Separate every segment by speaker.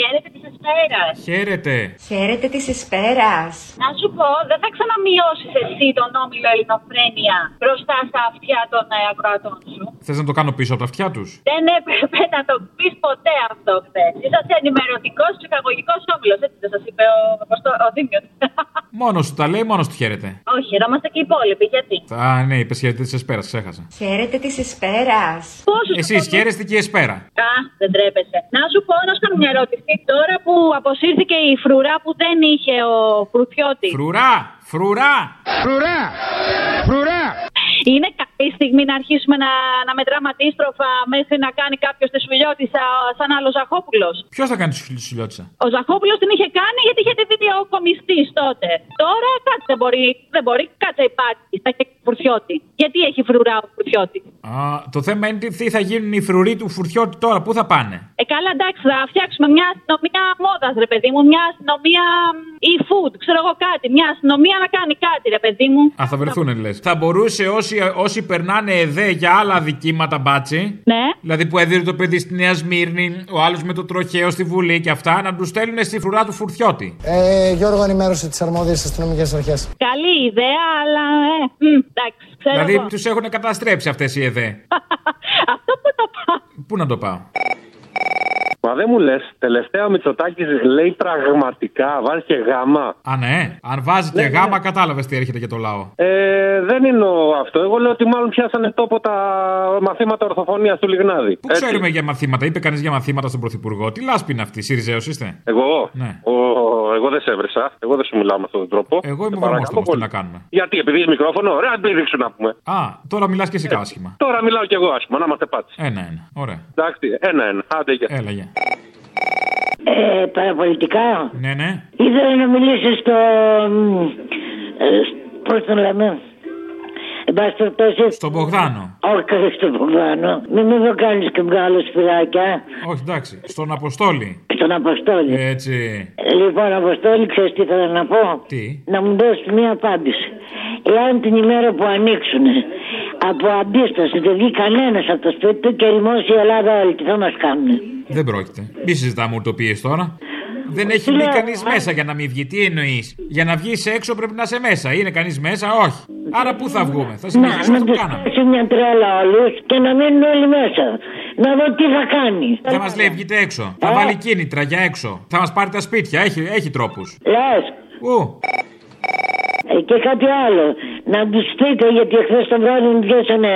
Speaker 1: Χαίρετε τη εσπέρα.
Speaker 2: Χαίρετε.
Speaker 3: Χαίρετε της Ισπέρα.
Speaker 1: Να σου πω, δεν θα ξαναμειώσεις εσύ τον όμιλο Ελληνοφρένεια μπροστά στα αυτιά των ε, ακροατών σου.
Speaker 2: Θες να το κάνω πίσω από τα αυτιά τους.
Speaker 1: Δεν έπρεπε να το πεις ποτέ αυτό χθε. Είσαστε ενημερωτικός ψυχαγωγικό όμιλος, έτσι δεν σας είπε ο, Αποστό- ο Δήμιος.
Speaker 2: Μόνος του τα λέει, μόνος του χαίρεται.
Speaker 1: Όχι, να είμαστε και οι υπόλοιποι, γιατί.
Speaker 2: Α, ναι, είπες χαίρετε της Εσπέρας, ξέχασα.
Speaker 3: Χαίρετε της Ισπέρα.
Speaker 1: Πόσου
Speaker 2: Εσεί χαίρεστε και η Εσπέρα.
Speaker 1: Α, δεν τρέπεσαι. Να σου πω, να σου κάνω μια ερώτηση. Τώρα που αποσύρθηκε η φρουρά που δεν είχε ο Φρουθιώτη,
Speaker 2: Φρουρά! Φρουρά!
Speaker 4: Φρουρά! Φρουρά!
Speaker 1: είναι καλή στιγμή να αρχίσουμε να, να μετράμε αντίστροφα μέχρι να κάνει κάποιος τη σουλιώτησα σαν άλλο Ζαχόπουλος.
Speaker 2: Ποιος θα κάνει τη σουλιώτησα.
Speaker 1: Ο Ζαχόπουλος την είχε κάνει γιατί είχε τη δει ο κομιστή τότε. Τώρα κάτι δεν μπορεί, δεν μπορεί, κάτσε υπάρχει. Θα έχει φουρτιώτη. Γιατί έχει φρουρά ο φουρτιώτη.
Speaker 2: Α, το θέμα είναι τι θα γίνουν οι φρουροί του φουρτιώτη τώρα, πού θα πάνε.
Speaker 1: Ε, καλά, εντάξει, θα φτιάξουμε μια αστυνομία μόδας, ρε παιδί μου. Μια αστυνομία e-food, ξέρω εγώ κάτι. Μια αστυνομία να κάνει κάτι, ρε παιδί μου.
Speaker 2: Α, θα βρεθούν, λες. Θα μπορούσε όσοι, όσοι περνάνε ΕΔΕ για άλλα δικήματα μπάτσι.
Speaker 1: Ναι.
Speaker 2: Δηλαδή που έδινε το παιδί στη Νέα Σμύρνη, ο άλλος με το τροχαίο στη Βουλή και αυτά, να τους στέλνουν στη φρουρά του φουρτιώτη.
Speaker 5: Ε, Γιώργο, ενημέρωσε τις αρμόδιες αστυνομικές αρχές.
Speaker 1: Καλή ιδέα, αλλά ε, μ, εντάξει, ξέρω εγώ.
Speaker 2: Δηλαδή του έχουν καταστρέψει αυτές οι ΕΔΕ.
Speaker 1: Αυτό που το πάω.
Speaker 2: Πού να το πάω.
Speaker 6: Μα δεν μου λες, τελευταία ο Μητσοτάκης λέει πραγματικά, βάζει και γάμα.
Speaker 2: Α, ναι. Αν βάζει και γάμα, κατάλαβες τι έρχεται για το λαό.
Speaker 6: Ε, δεν εννοώ αυτό. Εγώ λέω ότι μάλλον πιάσανε τόπο τα μαθήματα ορθοφωνίας του Λιγνάδη.
Speaker 2: Πού ξέρουμε για μαθήματα, είπε κανείς για μαθήματα στον Πρωθυπουργό. Τι λάσπη είναι αυτή, Σιριζέος είστε.
Speaker 6: Εγώ,
Speaker 2: Ναι.
Speaker 6: ο, εγώ δεν σε έβρεσα. Εγώ δεν σου μιλάω με αυτόν τον τρόπο.
Speaker 2: Εγώ είμαι
Speaker 6: Σε
Speaker 2: βρωμό
Speaker 6: παρακαλώ
Speaker 2: όμω, τι
Speaker 6: πολύ.
Speaker 2: να κάνουμε.
Speaker 6: Γιατί, επειδή είσαι μικρόφωνο, ρε, αν το ρίξουν να πούμε.
Speaker 2: Α, τώρα μιλάς και εσύ κάσχημα.
Speaker 6: Τώρα μιλάω κι εγώ άσχημα, να είμαστε πάτσι.
Speaker 2: Ένα-ένα. Ωραία.
Speaker 6: Εντάξει, ένα-ένα. Άντε, γεια.
Speaker 2: Έλα, γεια.
Speaker 7: Ε, παραπολιτικά.
Speaker 2: Ναι, ναι.
Speaker 7: Ήθελα να μιλήσω στο. Ε, Πώς τον λέμε. Εν πάση περιπτώσει.
Speaker 2: Στον Μπογδάνο.
Speaker 7: Όχι, στον Ποβάνο. Μην με το κάνει και μεγάλο σπυράκια.
Speaker 2: Όχι, εντάξει. Στον Αποστόλη.
Speaker 7: Στον Αποστόλη.
Speaker 2: Έτσι.
Speaker 7: Λοιπόν, Αποστόλη, ξέρεις τι θέλω να πω.
Speaker 2: Τι.
Speaker 7: Να μου δώσεις μία απάντηση. Εάν την ημέρα που ανοίξουν από αντίσταση δεν βγει κανένας από το σπίτι του και ρημώσει η Ελλάδα όλη, τι θα μας κάνουν.
Speaker 2: Δεν πρόκειται. Μη συζητάμε ουρτοπίες τώρα. Δεν έχει μπει
Speaker 7: Λέω,
Speaker 2: κανείς
Speaker 7: μα-
Speaker 2: μέσα για να μην βγει. Τι εννοείς. Για να βγεις έξω πρέπει να είσαι μέσα. Είναι κανείς μέσα, όχι. Άρα πού θα βγούμε. Θα
Speaker 7: Να,
Speaker 2: συνεχίσουμε
Speaker 7: να
Speaker 2: αυτό
Speaker 7: του
Speaker 2: που κάναμε.
Speaker 7: πέσει μια τρέλα όλου και να μείνουν όλοι μέσα. Να δω τι θα κάνει.
Speaker 2: Δεν μας λέει βγείτε έξω. Θα
Speaker 7: Ε.
Speaker 2: βάλει κίνητρα για έξω. Θα μας πάρει τα σπίτια. Έχει, έχει τρόπους.
Speaker 7: Λες,
Speaker 2: Ου,
Speaker 7: ε, και κάτι άλλο. Να τους πείτε γιατί χθες το βράδυ μου πιάσανε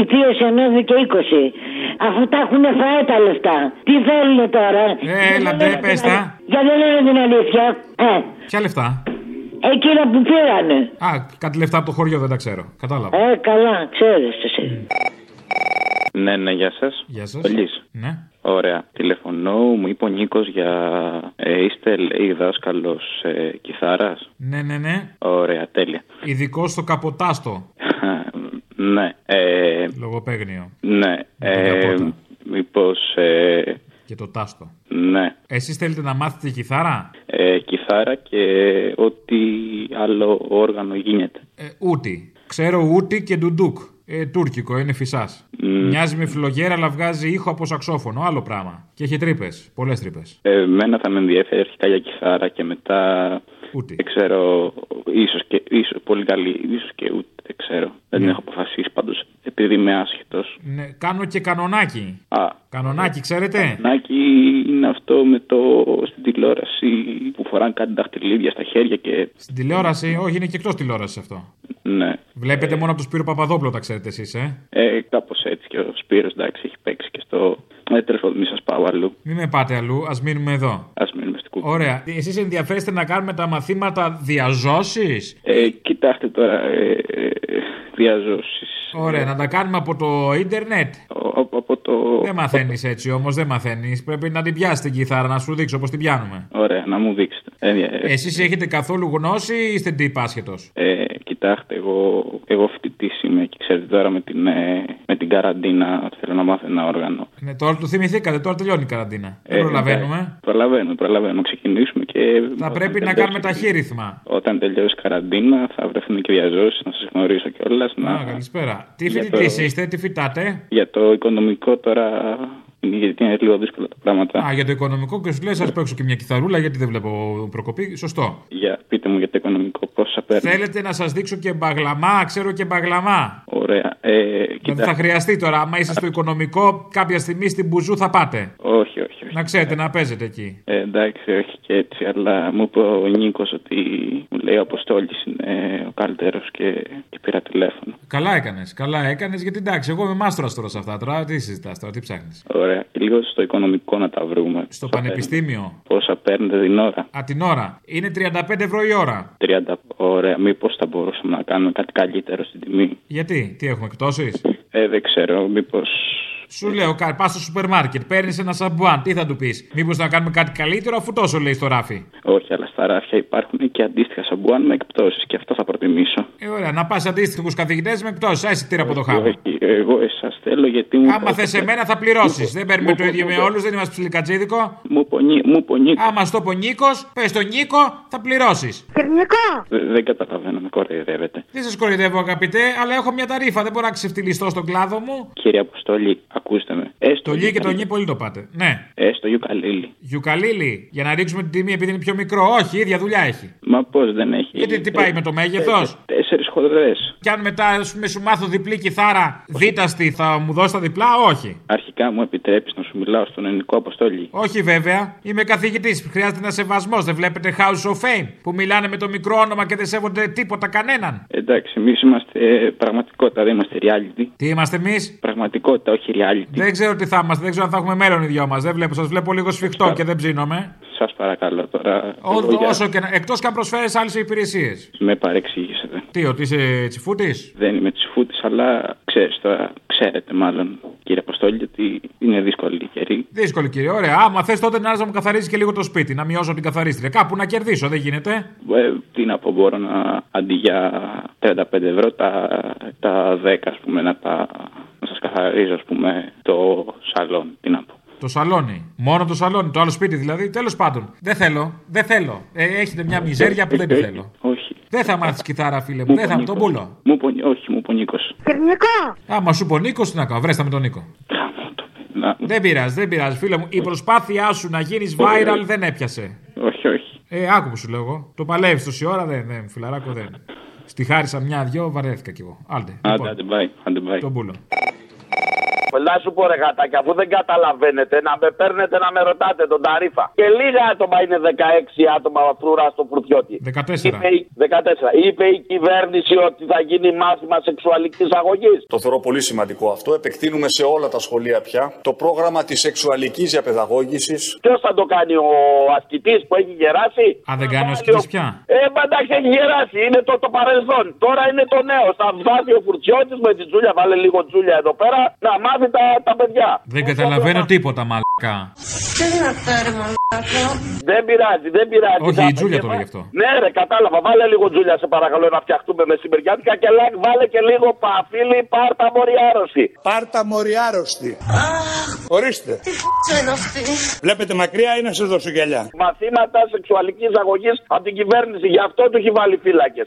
Speaker 7: η πίεση ανέβηκε 20. Αφού τα έχουν φαέ τα λεφτά. Τι θέλουν τώρα.
Speaker 2: Ε,
Speaker 7: Για
Speaker 2: έλα,
Speaker 7: δεν
Speaker 2: ντε,
Speaker 7: λένε
Speaker 2: πες
Speaker 7: την
Speaker 2: τα.
Speaker 7: αλη- Για δεν λένε την αλήθεια. Ε,
Speaker 2: ποια λεφτά.
Speaker 7: εκείνα που πήρανε.
Speaker 2: Α, κάτι λεφτά από το χωριό δεν τα ξέρω. Κατάλαβα.
Speaker 7: Ε, καλά, ξέρεις εσύ.
Speaker 8: Ναι, ναι, γεια σας.
Speaker 2: Γεια σας.
Speaker 8: Στολής.
Speaker 2: Ναι.
Speaker 8: Ωραία. Τηλεφωνώ, μου είπε ο Νίκος για. Ε, είστε, λέει, δάσκαλος ε, κιθάρας.
Speaker 2: Ναι, ναι, ναι.
Speaker 8: Ωραία, τέλεια.
Speaker 2: Ειδικό στο καποτάστο
Speaker 8: ναι, ε,
Speaker 2: λογοπαίγνιο
Speaker 8: ναι.
Speaker 2: την
Speaker 8: Ε,
Speaker 2: καπότα.
Speaker 8: Μήπως. Ε,
Speaker 2: και το τάστο.
Speaker 8: ναι.
Speaker 2: Εσείς θέλετε να μάθετε κιθάρα.
Speaker 8: Ε, κιθάρα και ό,τι άλλο όργανο γίνεται.
Speaker 2: Ε, ούτι. Ξέρω ούτι και ντουντούκ. Ε, τουρκικό, είναι φυσάς. Μοιάζει με φιλογέρα, αλλά βγάζει ήχο από σαξόφωνο. Άλλο πράγμα. Και έχει τρύπες. Πολλές τρύπες.
Speaker 8: Ε, εμένα θα με ενδιαφέρει αρχικά για κιθάρα και μετά.
Speaker 2: Ούτι.
Speaker 8: Δεν ξέρω, ίσως και, ίσως, πολύ καλή, ίσως και ούτε, δεν ξέρω. Δεν έχω αποφασίσει πάντως, επειδή είμαι άσχετος.
Speaker 2: Ναι, κάνω και κανονάκι.
Speaker 8: Α,
Speaker 2: Κανονάκι, ξέρετε.
Speaker 8: Νάκη είναι αυτό με το στην τηλεόραση που φοράνε κάτι δαχτυλίδια στα χέρια και
Speaker 2: Στην τηλεόραση, όχι, είναι και εκτός τηλεόρασης αυτό.
Speaker 8: ναι.
Speaker 2: Βλέπετε μόνο από τον Σπύρο Παπαδόπουλο, τα ξέρετε εσείς, ε.
Speaker 8: Ε, κάπως έτσι και ο Σπύρος εντάξει έχει παίξει και στο... Ε, τέλος πάντων μη σας πάω αλλού.
Speaker 2: Μην με πάτε αλλού, ας μείνουμε εδώ.
Speaker 8: Ας μείνουμε στην κουβέντα.
Speaker 2: Ωραία. Εσείς ενδιαφέρεστε να κάνουμε τα μαθήματα διαζώσει.
Speaker 8: Ε, κοιτάξτε τώρα, ε, ε, διαζώσεις.
Speaker 2: Ωραία, να τα κάνουμε από το ίντερνετ.
Speaker 8: Ο- από- από το...
Speaker 2: Δεν μαθαίνεις έτσι όμως, δεν μαθαίνεις. Πρέπει να την πιάσεις την κιθάρα, να σου δείξω πώς την πιάνουμε.
Speaker 8: Ωραία, να μου δείξετε. Ε, ε,
Speaker 2: Εσείς έχετε καθόλου γνώση ή είστε τύπ άσχετος.
Speaker 8: Ε, κοίταξε, κοιτάξτε, εγώ, εγώ φοιτητής είμαι και ξέρετε τώρα με την, ε, με την καραντίνα θέλω να μάθω ένα όργανο.
Speaker 2: Ναι, τώρα το θυμηθήκατε, τώρα τελειώνει η καραντίνα.
Speaker 8: Ε,
Speaker 2: Δεν προλαβαίνουμε.
Speaker 8: εντάξει, προλαβαίνουμε, προλαβαίνουμε. Ξεκινήσουμε και.
Speaker 2: Θα
Speaker 8: όταν
Speaker 2: πρέπει να
Speaker 8: τελειώσει-
Speaker 2: κάνουμε ταχύρυθμα.
Speaker 8: Όταν τελειώσει η καραντίνα θα βρεθούν και διαζώσεις, να σας γνωρίσω κιόλας.
Speaker 2: Να,
Speaker 8: Να...
Speaker 2: καλησπέρα. Τι
Speaker 8: Για
Speaker 2: φοιτητής
Speaker 8: το-
Speaker 2: είστε, τι φοιτάτε.
Speaker 8: Για το οικονομικό τώρα. Γιατί είναι λίγο δύσκολα τα πράγματα.
Speaker 2: Α, για το οικονομικό και σου λέει, σας παίξω και μια κιθαρούλα γιατί δεν βλέπω προκοπή. Σωστό.
Speaker 8: Για, πείτε μου για το οικονομικό πόσα παίρνει.
Speaker 2: Θέλετε να σας δείξω και μπαγλαμά, ξέρω και μπαγλαμά.
Speaker 8: Ωραία. Ε,
Speaker 2: Δηλαδή
Speaker 8: κοίτα.
Speaker 2: θα χρειαστεί τώρα, άμα είστε στο οικονομικό, κάποια στιγμή στην μπουζού θα πάτε.
Speaker 8: Όχι, όχι, όχι.
Speaker 2: Να ξέρετε να παίζετε εκεί.
Speaker 8: Ε, εντάξει, όχι και έτσι, αλλά μου είπε ο Νίκος ότι μου λέει ο Αποστόλης είναι ο καλύτερος και, και πήρα τηλέφωνο.
Speaker 2: Καλά έκανες, καλά έκανες, γιατί εντάξει, εγώ είμαι μάστορα τώρα σε αυτά. Τώρα τι συζητάς, τώρα τι ψάχνεις.
Speaker 8: Ωραία. Και λίγο στο οικονομικό να τα βρούμε.
Speaker 2: Στο
Speaker 8: Πόσα
Speaker 2: πανεπιστήμιο.
Speaker 8: παίρνετε- Πόσα παίρνετε την ώρα.
Speaker 2: Α, την ώρα. Είναι 35 ευρώ η ώρα.
Speaker 8: 30. Ωραία. Μήπως θα μπορούσαμε να κάνουμε κάτι καλύτερο στην τιμή.
Speaker 2: Γιατί, τι έχουμε, εκτόσεις.
Speaker 8: Ε, δεν ξέρω. Μήπως.
Speaker 2: Σου λέω, κα- πας στο σούπερ μάρκετ, παίρνεις ένα σαμπουάν, τι θα του πεις. Μήπως να κάνουμε κάτι καλύτερο, αφού τόσο λέει στο ράφι.
Speaker 8: Όχι, αλλά στα ράφια υπάρχουν και αντίστοιχα σαμπουάν με εκπτώσεις και αυτό θα προτιμήσω.
Speaker 2: Ε, ωραία, να πας αντίστοιχους καθηγητές με εκτόσει. Α, εισιτήρα από το χάμα.
Speaker 8: Όχι, εγώ εσάς θέλω γιατί μου.
Speaker 2: Άμα θες εμένα θα πληρώσεις. Δεν παίρνουμε
Speaker 8: μου
Speaker 2: το ίδιο με
Speaker 8: είπε-
Speaker 2: όλους, δεν είμαστε ψιλικατζίδικο.
Speaker 8: Μου πονεί, μου πονεί.
Speaker 2: Άμα στο πω Νίκος, πες τον Νίκο, θα πληρώσεις.
Speaker 8: Δε- Δεν καταλαβαίνω, με κοροϊδεύετε.
Speaker 2: Δεν σας κοροϊδεύω, αγαπητέ, αλλά έχω μια ταρήφα. Δεν μπορώ να ξεφτυλιστώ στον κλάδο μου.
Speaker 8: Κύριε Αποστόλη, ακούστε με. Έστω
Speaker 2: Το λι και το
Speaker 8: Ιουκαλίλη-
Speaker 2: νι πολύ το πάτε. Ναι.
Speaker 8: Έστω Ιουκαλίλη.
Speaker 2: Γιουκαλίλη, για να ρίξουμε την τιμή επειδή είναι πιο μικρό. Όχι, ίδια δουλειά έχει.
Speaker 8: Μα πώς δεν έχει.
Speaker 2: Γιατί τι
Speaker 8: ε,
Speaker 2: πάει με το μέγεθο.
Speaker 8: Τέσσερι χοντρέ.
Speaker 2: Κι αν μετά ας πούμε, σου μάθω διπλή κιθάρα, δίταστη, θα μου δώσεις τα διπλά, όχι.
Speaker 8: Αρχικά μου επιτρέπεις να σου μιλάω στον ελληνικό Αποστόλη.
Speaker 2: Όχι βέβαια, είμαι καθηγητής. Χρειάζεται ένας σεβασμός. Δεν βλέπετε House of Fame που μιλάνε με το μικρό όνομα και δεν σέβονται τίποτα κανέναν.
Speaker 8: Εντάξει, εμείς είμαστε ε, πραγματικότητα, δεν είμαστε reality.
Speaker 2: Τι είμαστε εμείς,
Speaker 8: Πραγματικότητα, όχι reality.
Speaker 2: Δεν ξέρω τι θα είμαστε, δεν ξέρω αν θα έχουμε μέλλον οι δυο μας. Δεν βλέπω, σας βλέπω λίγο σφιχτό και δεν ψήνομαι.
Speaker 8: Σας Σα παρακαλώ τώρα.
Speaker 2: Ό,
Speaker 8: εγώ για-
Speaker 2: όσο και να. Εκτός και αν προσφέρεις άλλες υπηρεσίες.
Speaker 8: Με παρεξήγησετε.
Speaker 2: Τι, ότι είσαι τσιφούτης.
Speaker 8: Δεν είμαι τσιφούτης, αλλά ξέρεις τώρα, ξέρετε μάλλον, κύριε Αποστόλη, ότι είναι δύσκολη η καιρή.
Speaker 2: Δύσκολη κύριε, ωραία. Άμα θες τότε να έρθει να μου καθαρίζεις και λίγο το σπίτι, να μειώσω την καθαρίστρια. Κάπου να κερδίσω, δεν γίνεται.
Speaker 8: Ε, τι να πω, μπορώ να αντί για 35 ευρώ τα, τα 10, ας πούμε, να, τα, να σας καθαρίζω, ας πούμε, το σαλόν. Τι να πω.
Speaker 2: Το σαλόνι. Μόνο το σαλόνι, το άλλο σπίτι δηλαδή. Τέλος πάντων. Δεν θέλω, δεν θέλω. Ε, έχετε μια μιζέρια που δεν τη
Speaker 8: Ε,
Speaker 2: θέλω.
Speaker 8: Όχι.
Speaker 2: Δεν θα μάθεις κιθάρα, φίλε μου. Δεν θα τον πουλώ.
Speaker 8: Μου πονί, όχι, μου πονίκο.
Speaker 2: Άμα σου πω Νίκο, τι να κάνω. Βρέστα με τον Νίκο.
Speaker 8: Να,
Speaker 2: Δεν πειράζει, δεν πειράζει, φίλε μου. Η προσπάθειά σου να γίνεις viral δεν έπιασε.
Speaker 8: όχι, όχι.
Speaker 2: Ε, άκου που σου λέω εγώ. Το παλεύεις τόση ώρα, δεν, δεν, φιλαράκο δεν. Στη χάρισα μια-δυο, βαρέθηκα κι εγώ. Άντε,
Speaker 8: Άντε,
Speaker 2: λοιπόν,
Speaker 8: άντε, πάει. Άντε, πάει.
Speaker 2: τον πούλο.
Speaker 6: Να σου πω ρε γατάκια, αφού δεν καταλαβαίνετε, να με παίρνετε να με ρωτάτε τον Ταρίφα. Και λίγα άτομα είναι 16 άτομα φρουρά στο φουρτιώτη.
Speaker 2: 14.
Speaker 6: Είπε η- 14. Είπε η κυβέρνηση ότι θα γίνει μάθημα σεξουαλικής αγωγής.
Speaker 9: Το θεωρώ πολύ σημαντικό αυτό. Επεκτείνουμε σε όλα τα σχολεία πια το πρόγραμμα της σεξουαλικής διαπαιδαγώγησης.
Speaker 6: Ποιος θα το κάνει, ο ασκητής που έχει γεράσει.
Speaker 2: Α, δεν κάνει ο
Speaker 6: Βάλει
Speaker 2: ασκητής πια.
Speaker 6: Ε, μα εντάξει, έχει γεράσει. Είναι το, το παρελθόν. Τώρα είναι το νέο. Θα βάζει ο Φουρτιώτη με τη Τζούλια. Βάλε λίγο Τζούλια εδώ πέρα να μάθει τα, τα παιδιά.
Speaker 2: Δεν
Speaker 6: Όσο
Speaker 2: καταλαβαίνω
Speaker 6: ακόμα-
Speaker 2: τίποτα, μαλακά.
Speaker 10: Ε,
Speaker 6: Δεν πειράζει, δεν πειράζει.
Speaker 2: Όχι,
Speaker 6: Θα-
Speaker 2: η Τζούλια
Speaker 6: και
Speaker 2: τώρα
Speaker 6: βά-
Speaker 2: γι' αυτό.
Speaker 6: Ναι, ρε, κατάλαβα. Βάλε λίγο Τζούλια, σε παρακαλώ, να φτιαχτούμε μεσημεριάτικα και like, βάλε και λίγο παφίλι, πάρτα μοριάρωση.
Speaker 9: Πάρτα μοριάρωστη. Ορίστε. Βλέπετε μακριά ή να σας δώσω γυαλιά.
Speaker 6: Μαθήματα σεξουαλικής αγωγής από την κυβέρνηση. Γι' αυτό του έχει βάλει φύλακες.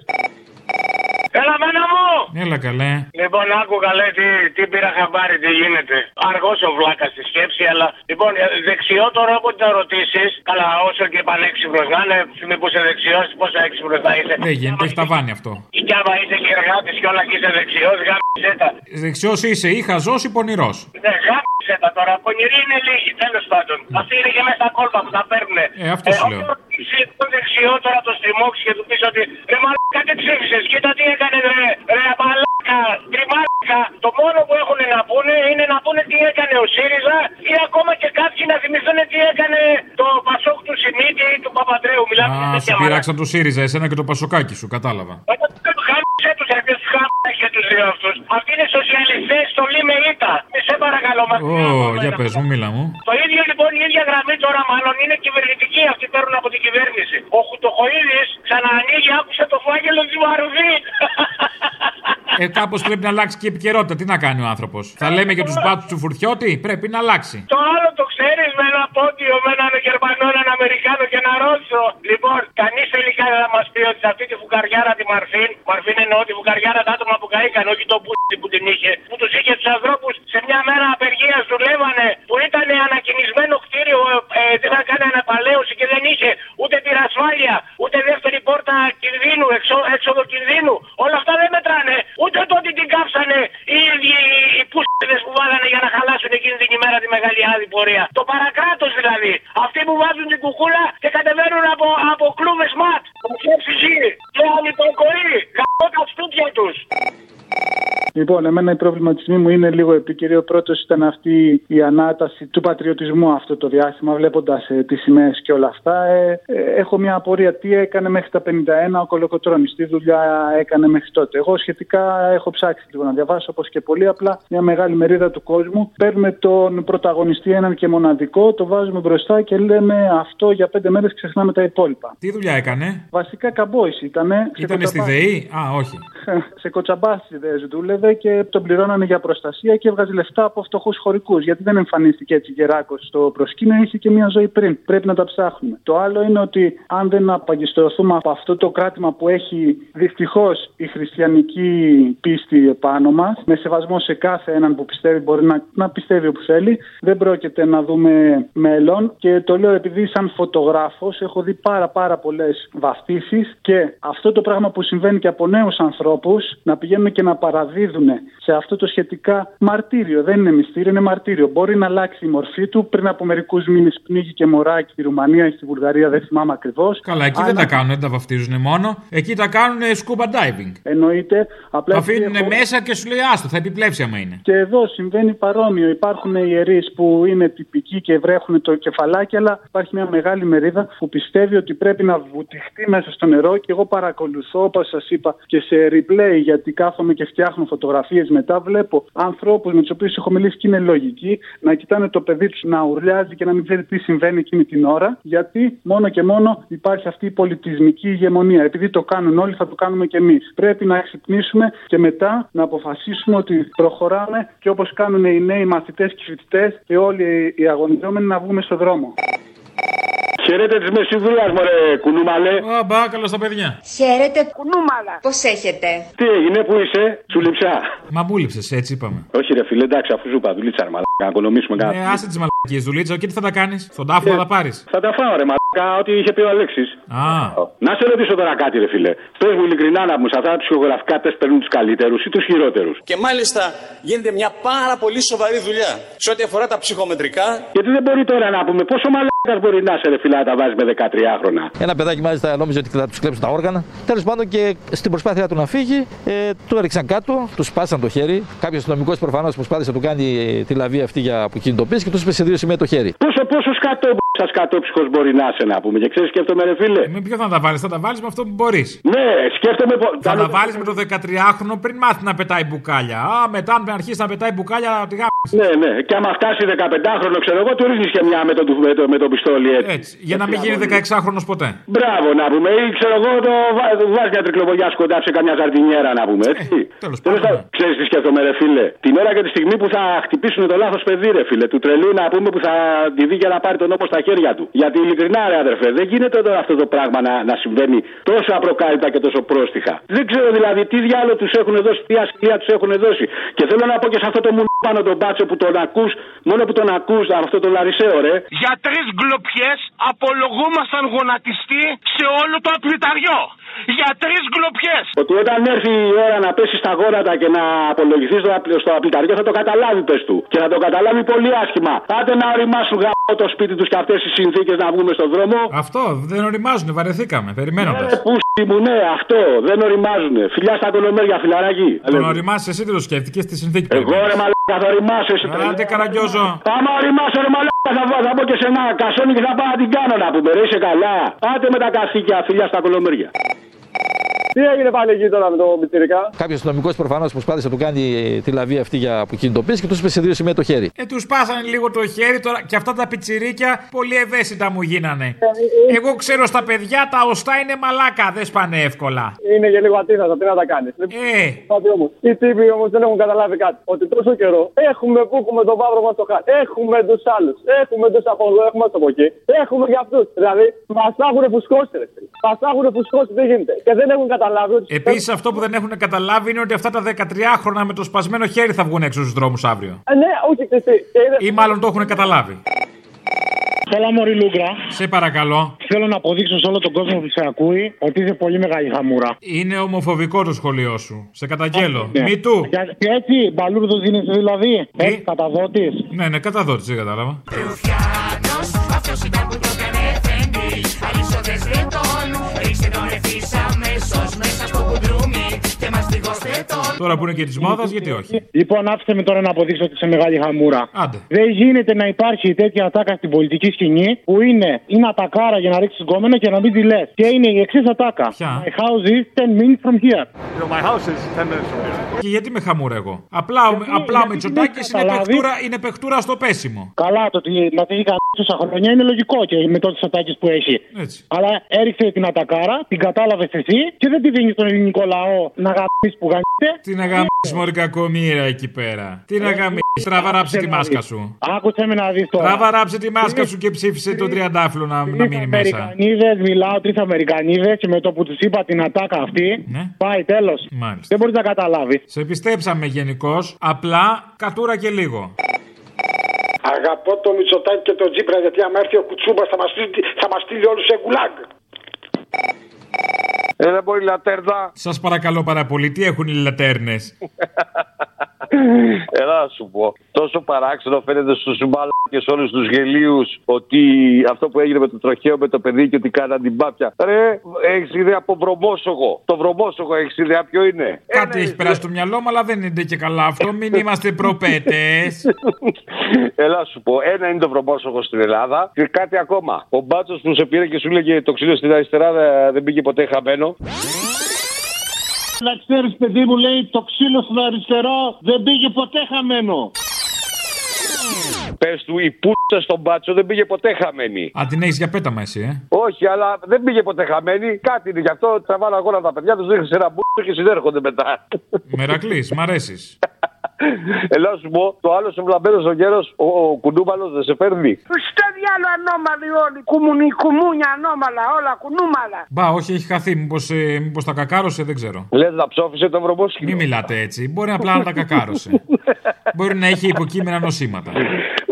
Speaker 11: Έλα, μάνα μου!
Speaker 2: Έλα καλέ.
Speaker 11: Λοιπόν, άκουγα λέει τι, τι πήρα χαμπάρι, τι γίνεται. Αργός ο βλάκας στη σκέψη, αλλά λοιπόν, ε, δεξιό τώρα όποτε να ρωτήσεις, καλά, όσο και πανέξυπνος να είναι, μήπω είσαι δεξιό, πόσα έξυπνος θα είσαι.
Speaker 2: Δεν γίνεται, έχει ταβάνει αυτό.
Speaker 11: Κι άμα είσαι και εργάτης και όλα και είσαι δεξιός, γάμισε τα.
Speaker 2: Δεξιός είσαι ή χαζό ή πονηρός.
Speaker 11: Ναι, γάμισε τα τώρα. Πονηρή είναι λίγη, τέλος πάντων. Αυτοί είναι και μέσα στα κόλπα που τα παίρνουν.
Speaker 2: Ναι. Ε, αυτό σου λέω.
Speaker 11: Είσαι το δεξιό τώρα το στριμώξεις και του πεις ότι ρε μαλάκα δεν ψήφισες. Κοίτα τι έκανες ρε, ρε μαλάκα, τριμάλακα. Το μόνο που έχουν να πούνε είναι να πούνε τι έκανε ο ΣΥΡΙΖΑ ή ακόμα και κάποιοι να θυμηθούν τι έκανε το Πασόκ του Σιμίτη ή του Παπαντρέου. Μιλάμε για
Speaker 2: Α,
Speaker 11: τέτοια
Speaker 2: σου
Speaker 11: μαλάκα.
Speaker 2: πειράξαν του ΣΥΡΙΖΑ, εσένα και το πασοκάκι σου, κατάλαβα.
Speaker 11: Γάμισε του επειδή του χάπια και τους δύο αυτούς. Αυτοί είναι σοσιαλιστές στο Λίμε Ήτα. Μη σε παρακαλώ, μα
Speaker 2: Ω, για πες μου, μίλα μου.
Speaker 11: το ίδιο λοιπόν η ίδια γραμμή τώρα μάλλον είναι κυβερνητική. Αυτοί παίρνουν από την κυβέρνηση. Ο Χουτοχοίδης ξαναανοίγει, άκουσε το φάκελο του Μαρουβί.
Speaker 2: Ε, κάπως πρέπει να αλλάξει και η επικαιρότητα. Τι να κάνει ο άνθρωπος. Θα λέμε για τους μπάτσου του Φουρτιώτη, πρέπει να αλλάξει.
Speaker 11: Το άλλο το ξέρεις με ένα πόντιο, με έναν Γερμανό, έναν Αμερικάνο και ένα Ρώσο. Λοιπόν, κανείς τελικά δεν θα μας πει ότι σε αυτή τη φουκαριάρα τη Μαρφίν, Μαρφίν εννοώ τη φουκαριάρα τα άτομα που καήκαν, όχι το πούστι που την είχε, που τους είχε τους ανθρώπους σε μια μέρα απεργίας δουλεύανε, που ήταν ανακινησμένο κτίριο, ε, ε, δεν θα κάνει αναπαλαίωση και δεν είχε ούτε πυρασφάλεια, ούτε δεύτερη πόρτα κινδύνου, εξό, έξοδο κινδύνου. Όλα αυτά δεν μετράνε. Ούτε το ότι την κάψανε οι ίδιοι οι, οι πούστιδε που βάλανε για να χαλάσουν εκείνη την ημέρα τη μεγάλη άδη πορεία. Το παρακράτος δηλαδή. Αυτοί που βάζουν την κουκούλα και κατεβαίνουν από, από κλούβες ματ. Ψέψει γη. Και ανυποκοή. Γαμώ τα στούτια του.
Speaker 12: Λοιπόν, εμένα οι προβληματισμοί μου είναι λίγο επίκαιροι. Ο πρώτος ήταν αυτή η ανάταση του πατριωτισμού αυτό το διάστημα, βλέποντας ε, τις σημαίες και όλα αυτά. Ε, ε, έχω μια απορία τι έκανε μέχρι τα 51 ο Κολοκοτρόνη, τι δουλειά έκανε μέχρι τότε. Εγώ σχετικά έχω ψάξει λίγο να διαβάσω, όπως και πολλοί. Απλά μια μεγάλη μερίδα του κόσμου παίρνουμε τον πρωταγωνιστή έναν και μοναδικό, το βάζουμε μπροστά και λέμε αυτό για πέντε μέρες ξεχνάμε τα υπόλοιπα.
Speaker 2: Τι δουλειά έκανε.
Speaker 12: Βασικά καμπόης ήταν.
Speaker 2: Ήταν στη ΔΕΗ. Α, όχι.
Speaker 12: σε κοτσαμπάσιδε δούλευε και τον πληρώνανε για προστασία και έβγαζε λεφτά από φτωχούς χωρικούς. Γιατί δεν εμφανίστηκε έτσι γεράκος στο προσκήνιο, είχε και μια ζωή πριν. Πρέπει να τα ψάχνουμε. Το άλλο είναι ότι αν δεν απαγκιστρωθούμε από αυτό το κράτημα που έχει δυστυχώς η χριστιανική πίστη επάνω μας, με σεβασμό σε κάθε έναν που πιστεύει, μπορεί να, να πιστεύει όπου θέλει, δεν πρόκειται να δούμε μέλλον. Και το λέω επειδή σαν φωτογράφος έχω δει πάρα πάρα πολλές βαφτίσει και αυτό το πράγμα που συμβαίνει και από νέους ανθρώπους να πηγαίνουν και να παραδίδουν σε αυτό το σχετικά μαρτύριο. Δεν είναι μυστήριο, είναι μαρτύριο. Μπορεί να αλλάξει η μορφή του. Πριν από μερικούς μήνες πνίγηκε και μωράκι στη Ρουμανία ή στη Βουλγαρία, δεν θυμάμαι ακριβώς.
Speaker 2: Καλά, εκεί
Speaker 6: ναι.
Speaker 2: δεν τα κάνουν, δεν τα βαφτίζουν μόνο. Εκεί τα κάνουν scuba diving.
Speaker 12: Εννοείται. Απλά έτσι
Speaker 2: Αφήνουν
Speaker 12: έχω-
Speaker 2: μέσα και σου λέει άστο, θα επιπλέψει άμα είναι.
Speaker 12: Και εδώ συμβαίνει παρόμοιο. Υπάρχουν ιερείς που είναι τυπικοί και βρέχουν το κεφαλάκι, αλλά υπάρχει μια μεγάλη μερίδα που πιστεύει ότι πρέπει να βουτυχτεί μέσα στο νερό. Και εγώ παρακολουθώ, όπως σας είπα, και σε replay, γιατί κάθομαι και φτιάχνω φωτογραφίες μετά. Βλέπω ανθρώπους με τους οποίους έχω μιλήσει και είναι λογικοί να κοιτάνε το παιδί τους να ουρλιάζει και να μην ξέρει τι συμβαίνει εκείνη την ώρα. Γιατί μόνο και μόνο υπάρχει αυτή η πολιτισμική ηγεμονία. Επειδή το κάνουν όλοι, θα το κάνουμε και εμείς. Πρέπει να ξυπνήσουμε και μετά να αποφασίσουμε ότι προχωράμε και όπως κάνουν οι νέοι μαθητές και φοιτητές και όλοι οι αγωνιζόμενοι να βγούμε στον δρόμο.
Speaker 6: Χαίρετε της μεσηβούλα, μωρέ, κουνούμαλε.
Speaker 2: Α, μπα, καλό στα παιδιά.
Speaker 13: Χαίρετε, κουνούμαλα. Πώς έχετε.
Speaker 6: Τι έγινε, πού είσαι, τσουλιψά.
Speaker 2: Μα μπούληψε, έτσι είπαμε.
Speaker 6: Όχι, ρε φίλε, εντάξει, αφού σου είπα, δουλίτσα, ρε μαλάκα, να οικονομήσουμε κάτι.
Speaker 2: Ε, άσε τις μαλακίες δουλίτσα, και τι θα τα κάνεις. Στον τάφο θα τα πάρει.
Speaker 6: Ε, Θα τα φάω, ρε μαλάκα, ό,τι είχε πει ο Αλέξης.
Speaker 2: Α,
Speaker 6: Να σε ρωτήσω τώρα κάτι, ρε φίλε. Πες μου ειλικρινά να μου σε αυτά τα ψυχογραφικά τεστ παίρνουν τους καλύτερους ή τους χειρότερους.
Speaker 9: Και μάλιστα γίνεται μια πάρα πολύ σοβαρή δουλειά σε ό,τι αφορά τα ψυχομετρικά.
Speaker 6: Γιατί δεν μπορεί τώρα να πούμε πόσο μαλάκα μπορεί να σε ρε φίλε να τα βάζεις με 13 χρόνια.
Speaker 14: Ένα παιδάκι μάλιστα νόμιζε ότι θα τους κλέψουν τα όργανα. Τέλος πάντων και στην προσπάθειά του να φύγει, ε, του έριξαν κάτω, τους σπάσαν το χέρι. Κάποιος αστυνομικός προφανώς προσπάθησε να του κάνει ε, τη λαβή αυτή για που κινητοποίηση και τους είπε σε δύο σημεία το χέρι.
Speaker 6: Πόσο, πόσο σκατό, σας κατόψυχος μπορεί να είσαι να πούμε. Και ξέρεις, σκέφτομαι, ρε φίλε.
Speaker 2: με ποιο θα τα βάλεις, θα τα βάλεις με αυτό που μπορείς.
Speaker 6: Ναι, σκέφτομαι. πο-
Speaker 2: Θα
Speaker 6: τα-
Speaker 2: τα βάλεις με το 13χρονο πριν μάθει να πετάει μπουκάλια. Α, μετά αν αρχίσει να πετάει μπουκάλια, τη γάμ.
Speaker 6: Ναι, ναι. Και άμα φτάσει 15χρονο, ξέρω εγώ, του ρίχνεις και μια με το, με το, με το πιστόλι έτσι. ναι.
Speaker 2: Έτσι. Για να μην γίνει 16χρονο ποτέ.
Speaker 6: Μπράβο να πούμε, ή ξέρω εγώ, το βά- το βάζεις μια τρικλοβολιά σου κοντά σε καμιά ζαρτινιέρα να πούμε, έτσι.
Speaker 2: Τέλος
Speaker 6: πάντων. Ξέρεις τι σκέφτομαι, ρε φίλε. Την ώρα και τη στιγμή που θα χτυπήσουν το λάθος παιδί, ρε φίλε, του τρελού να πούμε που θα τη δει για να πάρει τον όπω στα χέρια του. Γιατί ειλικρινά, ρε αδερφέ, δεν γίνεται τώρα αυτό το πράγμα να, να συμβαίνει τόσο απροκάλυπτα και τόσο πρόστιχα. Δεν ξέρω δηλαδή τι διάλογο τους έχουν δώσει, τι ασκία τους έχουν δώσει. Και θέλω να πω και σε αυτό το μου πάνω τον μπάτσο που τον ακούς, μόνο που τον ακούς αυτό τον Λαρισαίο, ρε.
Speaker 15: Για τρεις γκλοπιές απολογούμασταν γονατιστή σε όλο το απληταριό. Για τρεις γκλοπιές.
Speaker 6: Ότι όταν έρθει η ώρα να πέσει στα γόνατα και να απολογηθείς στο, απλ- στο απληταριό θα το καταλάβει, πες του. Και θα το καταλάβει πολύ άσχημα. Άντε να οριμάσουν γάμο το σπίτι τους και αυτές οι συνθήκες να βγούμε στον δρόμο.
Speaker 2: Αυτό δεν οριμάζουν, βαρεθήκαμε, περιμένοντας.
Speaker 6: Ε, πούστη μου, ναι, αυτό. Δεν οριμάζουν. Φιλιά στα κολομέρια, φιλαράκι.
Speaker 2: Τον οριμάσαι εσύ δεν το σκέφτηκες στη συνθήκη.
Speaker 6: Εγώ ρε μαλάκα θα οριμάσω εσύ.
Speaker 2: Άντε καραγκιόζο.
Speaker 6: Άμα οριμάσω ρε μαλάκα θα, βγω- θα πω και σε ένα κασόνι και θα πάω να την κάνω να πούμε. Ρε είσαι καλά. Άντε με τα καθήκια, φιλιά στα κολομέρια.
Speaker 16: Τι έγινε πάλι εκεί τώρα με το Μητσυρικά.
Speaker 14: Κάποιο αστυνομικό προφανώς προσπάθησε να του κάνει ε, τη λαβή αυτή για που κινητοποίηση και τους έπεσε δύο σημεία το χέρι.
Speaker 2: Ε, τους πάσανε λίγο το χέρι τώρα και αυτά τα πιτσιρίκια πολύ ευαίσθητα μου
Speaker 6: Ε,
Speaker 2: γίνανε. Εγώ ξέρω στα παιδιά τα οστά είναι μαλάκα, δεν σπάνε εύκολα.
Speaker 16: Είναι και λίγο ατίθατα, τι να τα κάνεις.
Speaker 2: Ε.
Speaker 16: Κάτι όμως. Οι τύποι όμως δεν έχουν καταλάβει κάτι. Ότι τόσο καιρό έχουμε που έχουμε τον Παύρο μα το χάρι. Έχουμε τους άλλους. Έχουμε τους από εδώ, έχουμε του από εκεί. Έχουμε για αυτούς. Δηλαδή μας τα έχουν φουσκώσει. ρε φίλε. Μας τα έχουν φουσκώσει, δεν γίνεται. Και δεν έχουν καταλάβει ότι.
Speaker 2: Επίσης, αυτό που δεν έχουν καταλάβει είναι ότι αυτά τα 13χρονα με το σπασμένο χέρι θα βγουν έξω στους δρόμους αύριο.
Speaker 16: Ε, ναι, όχι και εσύ. Και
Speaker 6: ε,
Speaker 16: είναι-
Speaker 2: Ή μάλλον το έχουν καταλάβει.
Speaker 17: Καλά, Μωρή Λούγκρα.
Speaker 2: Σε παρακαλώ.
Speaker 17: Θέλω να αποδείξω σε όλο τον κόσμο που σε ακούει ότι είσαι πολύ μεγάλη χαμούρα.
Speaker 2: Είναι ομοφοβικό το σχολείο σου. Σε καταγγέλω.
Speaker 17: Ναι.
Speaker 2: Μη του.
Speaker 17: Για- Και έτσι, μπαλούρδος δίνει δηλαδή. Ε, καταδότης.
Speaker 2: Ναι, ναι, καταδότης, δεν κατάλαβα.
Speaker 10: Αυτός ήταν που το έκανε φέντη. Αλυσοδέστε τον. Ρίξτε τον ευθύ αμέσω μέσα στο κουντρούμι. Και μα τριγώστε τον.
Speaker 2: Τώρα που είναι και της μόδας, γιατί όχι.
Speaker 17: Λοιπόν, άφησε με τώρα να αποδείξω ότι είσαι μεγάλη χαμούρα.
Speaker 2: Άντε.
Speaker 17: Δεν γίνεται να υπάρχει τέτοια ατάκα στην πολιτική σκηνή που είναι, είναι ατακάρα για να ρίξεις γκόμενα και να μην τη λες. Και είναι η εξής ατάκα. My house is 10 minutes from here.
Speaker 2: my house is 10 minutes from here. Και γιατί με χαμούρα εγώ. Απλά, ο- απλά ο Μητσοτάκης είναι
Speaker 17: καταλάβει.
Speaker 2: παιχτούρα, είναι παιχτούρα στο πέσιμο.
Speaker 17: Καλά, το ότι μα έχει κάνει τόσα χρόνια είναι λογικό και με τόσες ατάκες που έχει.
Speaker 2: Έτσι.
Speaker 17: Αλλά έριξε την ατακάρα, την κατάλαβες εσύ και δεν τη δίνεις στον ελληνικό λαό να γαμπήσει που γαμπείται.
Speaker 2: Τι να γαμίσεις μωρή κακομοίρα εκεί πέρα. Τι να γαμίσεις. Τραβά ράψε τη μάσκα σου.
Speaker 17: Άκουσε με να δεις τώρα.
Speaker 2: Τραβά ράψε τη μάσκα σου και ψήφισε τον τριαντάφυλλο να, να μείνει μέσα.
Speaker 17: Αμερικανίδες, μιλάω τρεις Αμερικανίδες και με το που τους είπα την ατάκα αυτή.
Speaker 2: Ναι.
Speaker 17: Πάει τέλος. Δεν μπορείς να καταλάβεις.
Speaker 2: Σε πιστέψαμε γενικώς, απλά κατούρα και λίγο.
Speaker 18: Αγαπώ το Μητσοτάκη και τον Τζίπρα γιατί άμα έρθει ο Κουτσούμπας θα μας στείλει, θα μας στείλει όλους σε γκουλάγκ.
Speaker 2: Ε, δεν μπορεί λατέρνα. Σας παρακαλώ πάρα πολύ, τι έχουν οι λατέρνες.
Speaker 9: Ε, ναι, Ελά να σου πω. Τόσο παράξενο φαίνεται στους μπαλάκε όλους τους γελίους ότι αυτό που έγινε με το τροχαίο με το παιδί και ότι κάναν την πάπια. Ρε, έχεις ιδέα από βρωμόσογο. Το βρωμόσογο έχεις ιδέα ποιο είναι.
Speaker 2: Κάτι έχει περάσει στο μυαλό μου, αλλά δεν είναι και καλά αυτό. Μην είμαστε προπέτες.
Speaker 9: Ελά σου πω. Ένα είναι το βρωμόσογο στην Ελλάδα και κάτι ακόμα. Ο μπάτσος που σε πήρε και σου λέγε το ξύλο στην αριστερά δε- δεν πήγε ποτέ χαμένο.
Speaker 17: Να ξέρεις, παιδί μου, λέει το ξύλο στον αριστερό δεν πήγε ποτέ χαμένο.
Speaker 9: Πες του η πούτσα στον μπάτσο δεν πήγε ποτέ χαμένη.
Speaker 2: Α, την έχεις για πέταμα εσύ, ε.
Speaker 9: Όχι, αλλά δεν πήγε ποτέ χαμένη. Κάτι είναι γι' αυτό. Τραβάνε αγώνα τα παιδιά τους, δείχνει ένα μπουκ και συνέρχονται μετά.
Speaker 2: Μερακλής, μ' αρέσεις.
Speaker 9: Ελάς σου πω, το άλλο σου βλαμπέρο ο γέρος, ο, ο κουνούμαλο δεν σε παίρνει.
Speaker 19: Στο διάλο ανώμαλοι όλοι. Κουμουνι, κουμούνια ανώμαλα, όλα κουνούμαλα.
Speaker 2: Μπα, όχι, έχει χαθεί. Μήπως ε, μήπως τα κακάρωσε, δεν ξέρω.
Speaker 9: Λες να ψόφισε τον βρωμόσκυλο.
Speaker 2: Μην μιλάτε έτσι. Μπορεί απλά να τα κακάρωσε. Μπορεί να έχει υποκείμενα νοσήματα.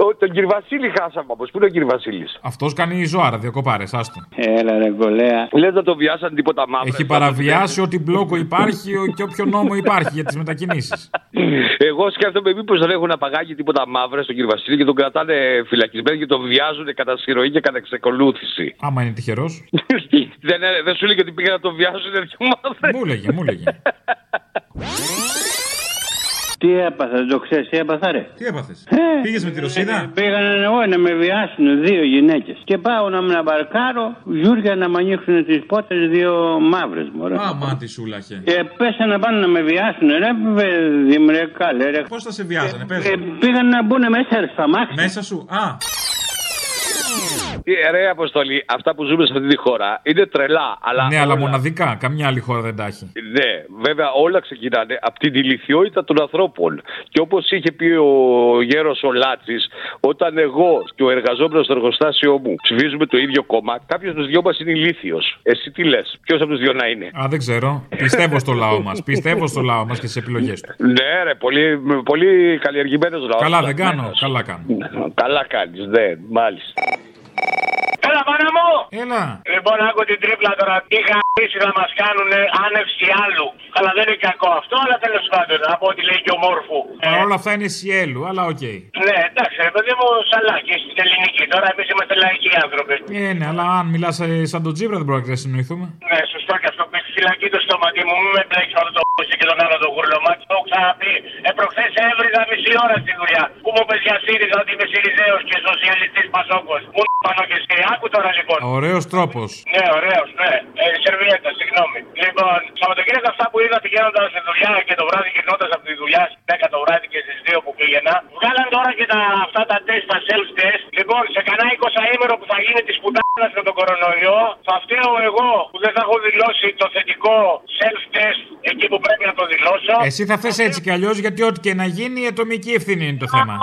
Speaker 9: Ο, τον κύριο Βασίλη χάσαμε όμως. Πού είναι ο κύριος Βασίλης.
Speaker 2: Αυτός κάνει ζωάρα, διακοπάρες, άστο.
Speaker 9: Έλα ρε κολέα. Λες να το βιάσαν τίποτα μαύρα.
Speaker 2: Έχει παραβιάσει ό,τι μπλόκο υπάρχει ο- και όποιο νόμο υπάρχει για τις μετακινήσεις.
Speaker 9: Εγώ σκέφτομαι μήπως δεν έχουν απαγάγει τίποτα μαύρα στον κύριο Βασίλη και τον κρατάνε φυλακισμένο και τον βιάζουν κατά συρροή και κατά εξεκολούθηση.
Speaker 2: Άμα είναι τυχερός.
Speaker 9: δεν, ε, δεν σου λέει ότι πήγα να τον βιάζουν και μαύρα.
Speaker 2: Μου έλεγε, μου έλεγε.
Speaker 20: Τι έπαθα, το ξέρεις, τι έπαθα, ρε.
Speaker 2: Τι έπαθες.
Speaker 20: Ε,
Speaker 2: Πήγες με τη Ρωσίδα.
Speaker 20: Πήγαν εγώ να με βιάσουν δύο γυναίκες. Και πάω να με μπαρκάρω, γιούρια να με ανοίξουν τις πόρτες δύο μαύρες μωρέ.
Speaker 2: Α, μα τη σούλαχε.
Speaker 20: Ε, πέσανε πάνω να με βιάσουν, ρε, δημρεκά, ρε.
Speaker 2: Πώς θα σε βιάζανε, πες
Speaker 20: ε, Πήγαν να μπουν μέσα στα μάξι.
Speaker 2: Μέσα σου, α.
Speaker 9: Ε, Ρε Αποστολή, αυτά που ζούμε σε αυτή τη χώρα είναι τρελά. Αλλά
Speaker 2: Ναι, αλλά μοναδικά. Καμιά άλλη χώρα δεν τα έχει.
Speaker 9: Ναι, βέβαια όλα ξεκινάνε από την ηλικιότητα των ανθρώπων. Και όπως είχε πει ο γέρος ο Λάτσης, όταν εγώ και ο εργαζόμενος στο εργοστάσιο μου ψηφίζουμε το ίδιο κόμμα, κάποιος τους δυο μας είναι ηλίθιος. Εσύ τι λες, ποιος από τους δυο να είναι.
Speaker 2: Α, δεν ξέρω. Πιστεύω στο λαό μας. Πιστεύω στο λαό μας και στις επιλογές του.
Speaker 9: Ναι, ρε, πολύ, πολύ καλλιεργημένος λαός.
Speaker 2: Καλά, δεν κάνω. Καλά κάνω.
Speaker 9: Ναι, Καλά κάνεις, ναι, μάλιστα.
Speaker 21: Έλα, μάνα μου!
Speaker 2: Έλα.
Speaker 21: Λοιπόν, άκου την τρίπλα τώρα. Τι γαμίσει να μα κάνουν άνευση άλλου. Αλλά δεν είναι κακό αυτό, αλλά τέλος πάντων, από ό,τι λέει και ο Μόρφου. Ε,
Speaker 2: Παρ' όλα αυτά είναι σιέλου, αλλά οκ.
Speaker 21: Ναι, εντάξει, ρε παιδί μου, σαλάκι στην ελληνική. Τώρα εμείς είμαστε λαϊκοί άνθρωποι.
Speaker 2: Ε, ναι, αλλά αν μιλάς σαν τον ε, Τζίπρα δεν μπορεί να συνεννοηθούμε.
Speaker 21: Ναι, σωστό και αυτό που έχεις
Speaker 11: φυλακή το στόματι μου, μην με μπλέξεις με αυτό το κούσε και τον άλλο το γουρλωμάτι. Το έχω ξαναπεί. Επροχθέ έβριζα μισή ώρα στη δουλειά. Που μου πες για ΣΥΡΙΖΑ ότι είμαι ΣΥΡΙΖΑΕΟ και σοσιαλιστής Πασόκος. Μου πάνω και εσύ. Άκου τώρα λοιπόν.
Speaker 2: Ωραίος τρόπος.
Speaker 11: Ναι, ωραίος, ναι. Ε, σερβιέτα, συγγνώμη. Λοιπόν, Σαββατοκύριακα αυτά που είδα πηγαίνοντας στη δουλειά και το βράδυ γυρνώντας από τη δουλειά στις 10 το βράδυ και στις 2 που πήγαινα. Βγάλαν τώρα και τα, αυτά τα τεστ, τα self-test. Λοιπόν, σε κανένα 20 ημερο που θα γίνει τη πουτάνα με τον κορονοϊό, θα φταίω εγώ που δεν θα έχω δηλώσει το θετικό self-test εκεί που πρέπει να το δηλώσω.
Speaker 2: Εσύ θα θες έτσι κι αλλιώς γιατί ό,τι και να γίνει η ατομική ευθύνη είναι το θέμα.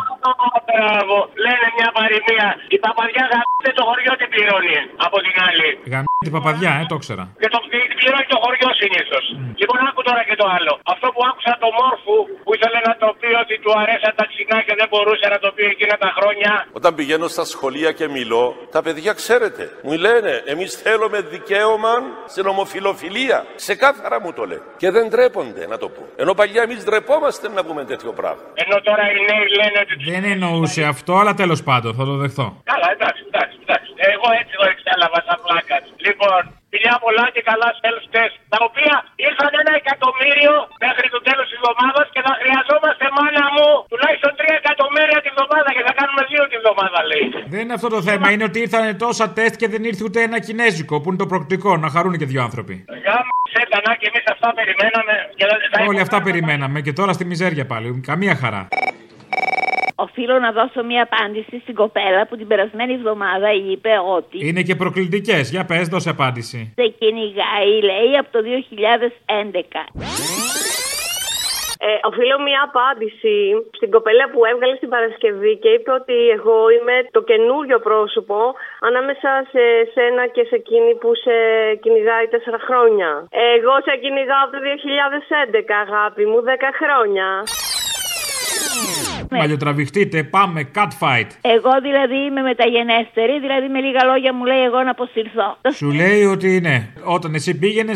Speaker 11: Μπράβο, λένε μια παροιμία. Η παπαδιά γαμπτεί το χωριό την πληρώνει. Από την άλλη.
Speaker 2: Γαμ... Την παπαδιά, ε, το ήξερα.
Speaker 11: Και το πλη- πληρώνει το χωριό συνήθως. Λοιπόν, άκου τώρα και το άλλο. Αυτό που άκουσα το μόρφου που ήθελε να το πει ότι του αρέσαν τα ξινά και δεν μπορούσε να το πει εκείνα τα χρόνια.
Speaker 22: Όταν πηγαίνω στα σχολεία και μιλώ, τα παιδιά ξέρετε, μου λένε εμείς θέλουμε δικαίωμα στην ομοφιλοφιλία. Σε κάθαρα μου το λένε. Και δεν ντρέπονται να το πω. Ενώ παλιά εμείς ντρεπόμαστε να πούμε τέτοιο πράγμα.
Speaker 11: Ενώ τώρα οι νέοι λένε ότι.
Speaker 2: Δεν εννοούσε αυτό, αλλά τέλος πάντων θα το δεχθώ.
Speaker 11: Καλά, εντάξει, εντάξει, εντάξει. Εγώ έτσι το εξέλαβα σαν πλάκα. Λοιπόν, φιλιά πολλά και καλά self-test. Τα οποία ήρθαν ένα εκατομμύριο μέχρι το τέλος της εβδομάδας και θα χρειαζόμαστε, μάνα μου, τουλάχιστον τρία εκατομμύρια τη βδομάδα και θα κάνουμε δύο τη βδομάδα, λέει.
Speaker 2: Δεν είναι αυτό το θέμα. Είναι ότι ήρθαν τόσα τεστ και δεν ήρθε ούτε ένα κινέζικο που είναι το προκτικό. Να χαρούν και δύο άνθρωποι.
Speaker 11: Γάμισε τα να και εμείς αυτά περιμέναμε. Και δεν θα
Speaker 2: Όλοι αυτά περιμέναμε και τώρα στη μιζέρια πάλι. Καμία χαρά.
Speaker 23: Οφείλω να δώσω μία απάντηση στην κοπέλα που την περασμένη εβδομάδα είπε ότι
Speaker 2: Είναι και προκλητικές. Για πες, δώσε απάντηση.
Speaker 23: σε κυνηγάει, λέει, από το 2011.
Speaker 24: Ε, οφείλω μια απάντηση στην κοπέλα που έβγαλε στην Παρασκευή και είπε ότι εγώ είμαι το καινούριο πρόσωπο ανάμεσα σε σένα και σε εκείνη που σε κυνηγάει τέσσερα χρόνια. Εγώ σε κυνηγάω από το 2011, αγάπη μου, 10 χρόνια.
Speaker 2: Μαλλιοτραβηχτείτε, πάμε, cat fight.
Speaker 23: Εγώ δηλαδή είμαι μεταγενέστερη, δηλαδή με λίγα λόγια μου λέει εγώ να αποσυρθώ. Το,
Speaker 2: Σου λέει ότι ναι. Όταν εσύ πήγαινες,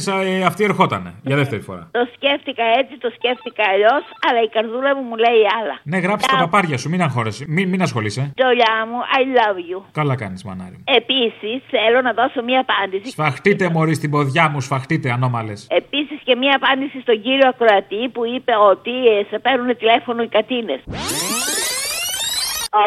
Speaker 2: αυτή ερχότανε. Για δεύτερη φορά.
Speaker 23: το σκέφτηκα έτσι, το σκέφτηκα αλλιώς, αλλά η καρδούλα μου μου λέει άλλα.
Speaker 2: Ναι, γράψε τα παπάρια σου, μην αγχώρεσαι. Μην, μην ασχολείσαι.
Speaker 23: Τζολιά μου, I love you.
Speaker 2: Καλά κάνεις, μανάρι. μου.
Speaker 23: Επίσης, θέλω να δώσω μία απάντηση.
Speaker 2: Σφαχτείτε, Μωρή, στην ποδιά μου, σφαχτείτε, ανώμαλες.
Speaker 23: Επίση και μία απάντηση στον κύριο Ακροατή που είπε ότι ε, σε παίρνουν τηλέφωνο οι κατίνε.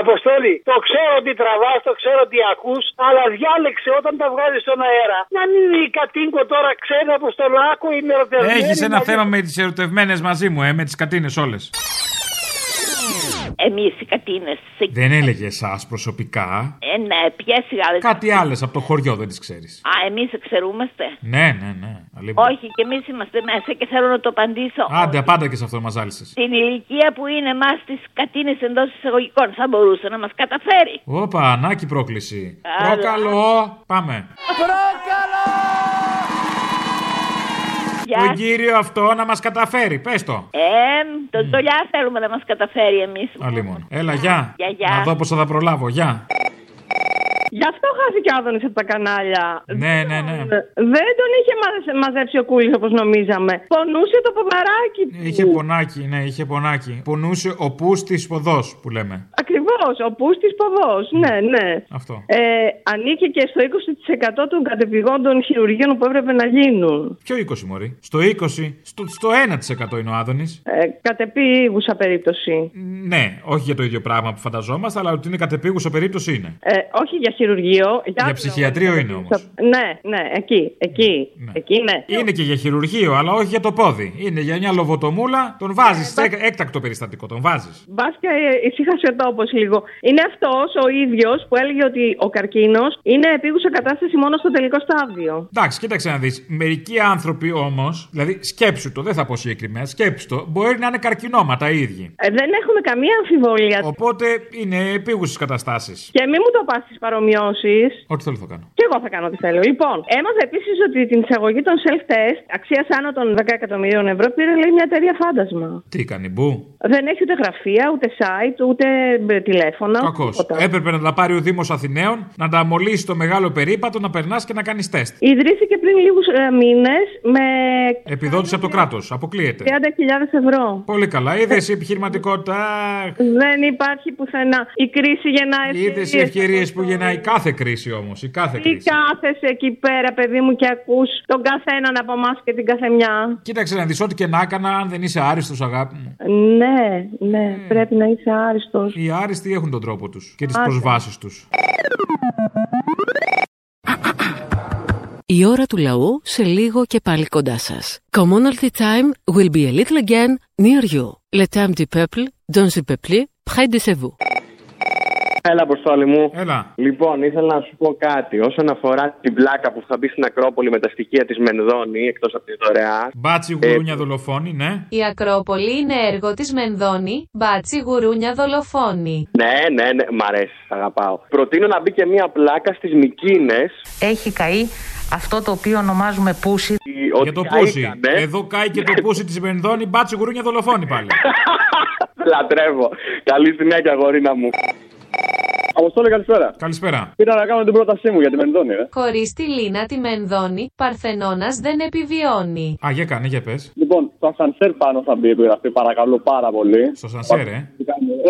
Speaker 17: Αποστόλη, το ξέρω ότι τραβάς, το ξέρω ότι ακούς, αλλά διάλεξε όταν τα βγάζεις στον αέρα. Να μην η κατίνκο τώρα ξέρει από στον άκου η μεροτεχνία.
Speaker 2: Έχεις ένα θέμα με τις ερωτευμένες μαζί μου, ε, με τις κατίνε όλες.
Speaker 23: Εμείς οι κατίνε. Σε...
Speaker 2: Δεν έλεγε εσάς προσωπικά.
Speaker 23: Ε, ναι, ποιε οι άλλε.
Speaker 2: Κάτι άλλες από το χωριό δεν τις ξέρεις.
Speaker 23: Α, εμείς εξαιρούμαστε.
Speaker 2: Ναι, ναι, ναι. αλίμονο.
Speaker 23: Όχι, και εμείς είμαστε μέσα και θέλω να το απαντήσω.
Speaker 2: Άντε, απάντα και σε αυτό, μας ζάλισε.
Speaker 23: Την ηλικία που είναι εμάς τις κατίνε εντός εισαγωγικών θα μπορούσε να μας καταφέρει.
Speaker 2: Όπα, ανάκη πρόκληση.
Speaker 23: Καλά.
Speaker 2: Προκαλώ, πάμε. Τον
Speaker 23: Γεια.
Speaker 2: κύριο αυτό να μας καταφέρει, πες το.
Speaker 23: Ε, τον Τζολιά θέλουμε να μας καταφέρει εμείς.
Speaker 2: Αλίμον. Έλα, γεια.
Speaker 23: Γεια, γεια.
Speaker 2: Να δω πόσο θα προλάβω, γεια.
Speaker 25: Γι' αυτό χάθηκε ο Άδωνης από τα κανάλια. Ε,
Speaker 2: Ναι, ναι, ναι.
Speaker 25: Δεν τον είχε μαζε- μαζέψει ο Κούλης όπως νομίζαμε. Πονούσε το παπαράκι του.
Speaker 2: Είχε πονάκι, ναι, είχε πονάκι. Πονούσε ο πούς της ποδός που λέμε.
Speaker 25: Ακριβώς, ο πούστη ποδός. Ναι, ναι.
Speaker 2: Αυτό.
Speaker 25: Ε, ανήκε και στο 20% των κατεπηγόντων χειρουργείων που έπρεπε να γίνουν.
Speaker 2: Ποιο 20 μωρή. Στο 20, στο, στο 1% είναι ο Άδωνης.
Speaker 25: Ε, κατεπίγουσα περίπτωση.
Speaker 2: Ναι, όχι για το ίδιο πράγμα που φανταζόμαστε, αλλά ότι είναι κατεπίγουσα περίπτωση είναι.
Speaker 25: Ε, όχι για χειρουργείο. Για,
Speaker 2: Για ψυχιατρίο είναι όμως.
Speaker 25: Ναι, ναι, εκεί, εκεί, εκεί, ναι.
Speaker 2: Είναι και για χειρουργείο, αλλά όχι για το πόδι. Είναι για μια λοβοτομούλα, τον βάζεις.
Speaker 25: Ναι.
Speaker 2: Έκτακτο περιστατικό, τον βάζεις.
Speaker 25: Μπα και ε, ησύχασε ο τόπο λίγο. Είναι αυτός ο ίδιος που έλεγε ότι ο καρκίνος είναι επίγουσα κατάσταση μόνο στο τελικό στάδιο.
Speaker 2: Εντάξει, κοίταξε να δεις. Μερικοί άνθρωποι όμως, δηλαδή σκέψου το, δεν θα πω συγκεκριμένα, σκέψου το, μπορεί να είναι καρκινόματα οι ίδιοι.
Speaker 25: Ε, δεν έχουμε καμία αμφιβολία.
Speaker 2: Οπότε είναι επίγουσες καταστάσεις.
Speaker 25: Και μην μου το πα στι παρομοιώσει.
Speaker 2: Ό,τι θέλω θα κάνω.
Speaker 25: Και εγώ θα κάνω ό,τι θέλω. Λοιπόν, έμαθα επίσης ότι την εισαγωγή των self-test αξία άνω των 10 εκατομμυρίων ευρώ πήρε λέει μια εταιρεία φάντασμα.
Speaker 2: Τι κάνει, Μπού.
Speaker 25: Δεν έχει ούτε γραφεία, ούτε site, ούτε ε, τηλέφωνο.
Speaker 2: Κακό.
Speaker 25: τίποτα.
Speaker 2: Έπρεπε να τα πάρει ο Δήμος Αθηναίων, να τα μολύσει το μεγάλο περίπατο, να περνάς και να κάνεις τεστ.
Speaker 25: Ιδρύθηκε πριν λίγους μήνες με
Speaker 2: Ναι. Επιδότηση από το κράτος. Αποκλείεται.
Speaker 25: 30.000 ευρώ.
Speaker 2: Πολύ καλά. Είδες η επιχειρηματικότητα.
Speaker 25: Δεν υπάρχει πουθενά. Η κρίση γεννάει.
Speaker 2: Είδες οι
Speaker 25: ευκαιρίες.
Speaker 2: ευκαιρίες που γεννάει κάθε κρίση όμως. Η κάθε
Speaker 25: Τι
Speaker 2: κρίση.
Speaker 25: κάθεσαι εκεί πέρα, παιδί μου, και ακούς τον καθέναν από εμάς και την καθεμιά.
Speaker 2: Κοίταξε να δεις ό,τι και να έκανα, αν δεν είσαι άριστος, αγάπη μου.
Speaker 25: Ναι, ναι, πρέπει να είσαι άριστος.
Speaker 2: Οι άριστοι έχουν τον τρόπο τους και τις
Speaker 25: Άντε.
Speaker 2: προσβάσεις τους.
Speaker 1: Η ώρα του λαού σε λίγο και πάλι κοντά σας. Commonalty time will be a little again near you. Le temps du peuple, dans le peuple, près de chez vous.
Speaker 26: Έλα, Αποστόλη μου.
Speaker 2: Έλα.
Speaker 26: Λοιπόν, ήθελα να σου πω κάτι. Όσον αφορά την πλάκα που θα μπει στην Ακρόπολη με τα στοιχεία της Μενδώνη, εκτός από τη δωρεά.
Speaker 2: Μπάτσι
Speaker 26: Ε,
Speaker 2: γουρούνια δολοφόνη, ναι.
Speaker 8: Η Ακρόπολη είναι έργο της Μενδώνη, μπάτσι γουρούνια δολοφόνη.
Speaker 26: Ναι, ναι, ναι, μ' αρέσει, σ' αγαπάω. Προτείνω να μπει και μία πλάκα στις Μικίνες.
Speaker 27: Έχει καεί αυτό το οποίο ονομάζουμε πούσι.
Speaker 26: Ότι
Speaker 2: Για το
Speaker 26: καήκανε.
Speaker 2: πούσι. Εδώ κάει και
Speaker 26: Ναι.
Speaker 2: το πούσι της Μενδώνη, μπάτσι γουρούνια δολοφόνη πάλι.
Speaker 26: Λατρεύω. Καλή συνέχεια, γορίνα μου.
Speaker 16: Αποστόλη, καλησπέρα.
Speaker 2: Καλησπέρα.
Speaker 16: Πήρα να κάνω την πρότασή μου για την Μενδώνη, ρε.
Speaker 8: Χωρίς τη Λίνα τη Μενδώνη, Παρθενώνας δεν επιβιώνει.
Speaker 2: Α, για κάνε, για πες.
Speaker 16: Λοιπόν, στο σανσέρ πάνω θα μπει η επιγραφή, παρακαλώ πάρα πολύ.
Speaker 2: Στο σανσέρ, ε.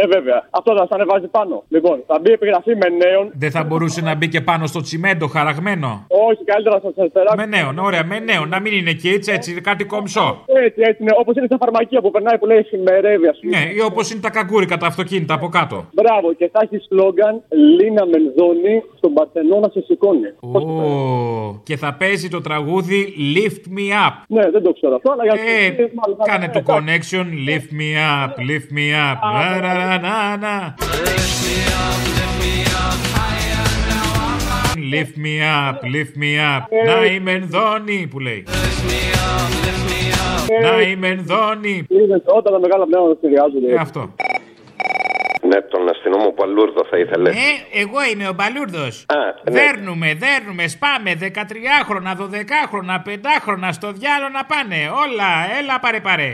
Speaker 16: Ε, βέβαια. Αυτό θα σας ανεβάζει πάνω. Λοιπόν, θα μπει η επιγραφή με νέον.
Speaker 2: Δεν θα μπορούσε να μπει και πάνω στο τσιμέντο χαραγμένο.
Speaker 16: Όχι, καλύτερα στο σανσέρ.
Speaker 2: Με νέον, ωραία, με νέον. Να μην είναι και έτσι, έτσι, κάτι κομψό.
Speaker 16: Έτσι, έτσι είναι. Όπως είναι στα φαρμακεία που περνάει που λέει χειμερεύει, ας πούμε.
Speaker 2: Ναι, ή όπως είναι τα καγκούρικα, τα αυτοκίνητα από κάτω.
Speaker 16: Μπράβο, και θα έχει σλόγγαν Λίνα Μενδώνη στον Παρθενώνα σε σηκώνει.
Speaker 2: Ω, και θα παίζει το τραγούδι Lift Me Up.
Speaker 16: Ναι, δεν το ξέρω αυτό, αλλά για
Speaker 2: Ε, κάνε το connection, lift me up, lift me up.
Speaker 16: ναι.
Speaker 2: Ρα, ρα, ρα, να, να. Lift me up, lift me up.
Speaker 10: Ε.
Speaker 2: Να είμαι ενδόνη που λέει.
Speaker 16: ε,
Speaker 2: Να είμαι ενδόνη.
Speaker 16: Όταν τα μεγάλα πνεύματα συνεργάζονται.
Speaker 2: Ε, αυτό.
Speaker 27: Ναι, τον αστυνόμο Παλούρδος θα ήθελε.
Speaker 2: Ε, εγώ είμαι ο Μπαλούρδο.
Speaker 27: Α, ναι.
Speaker 2: Δέρνουμε, δέρνουμε, σπάμε 13χρονα, 12χρονα, 5χρονα, στο διάλο να πάνε. Όλα, έλα πάρε πάρε.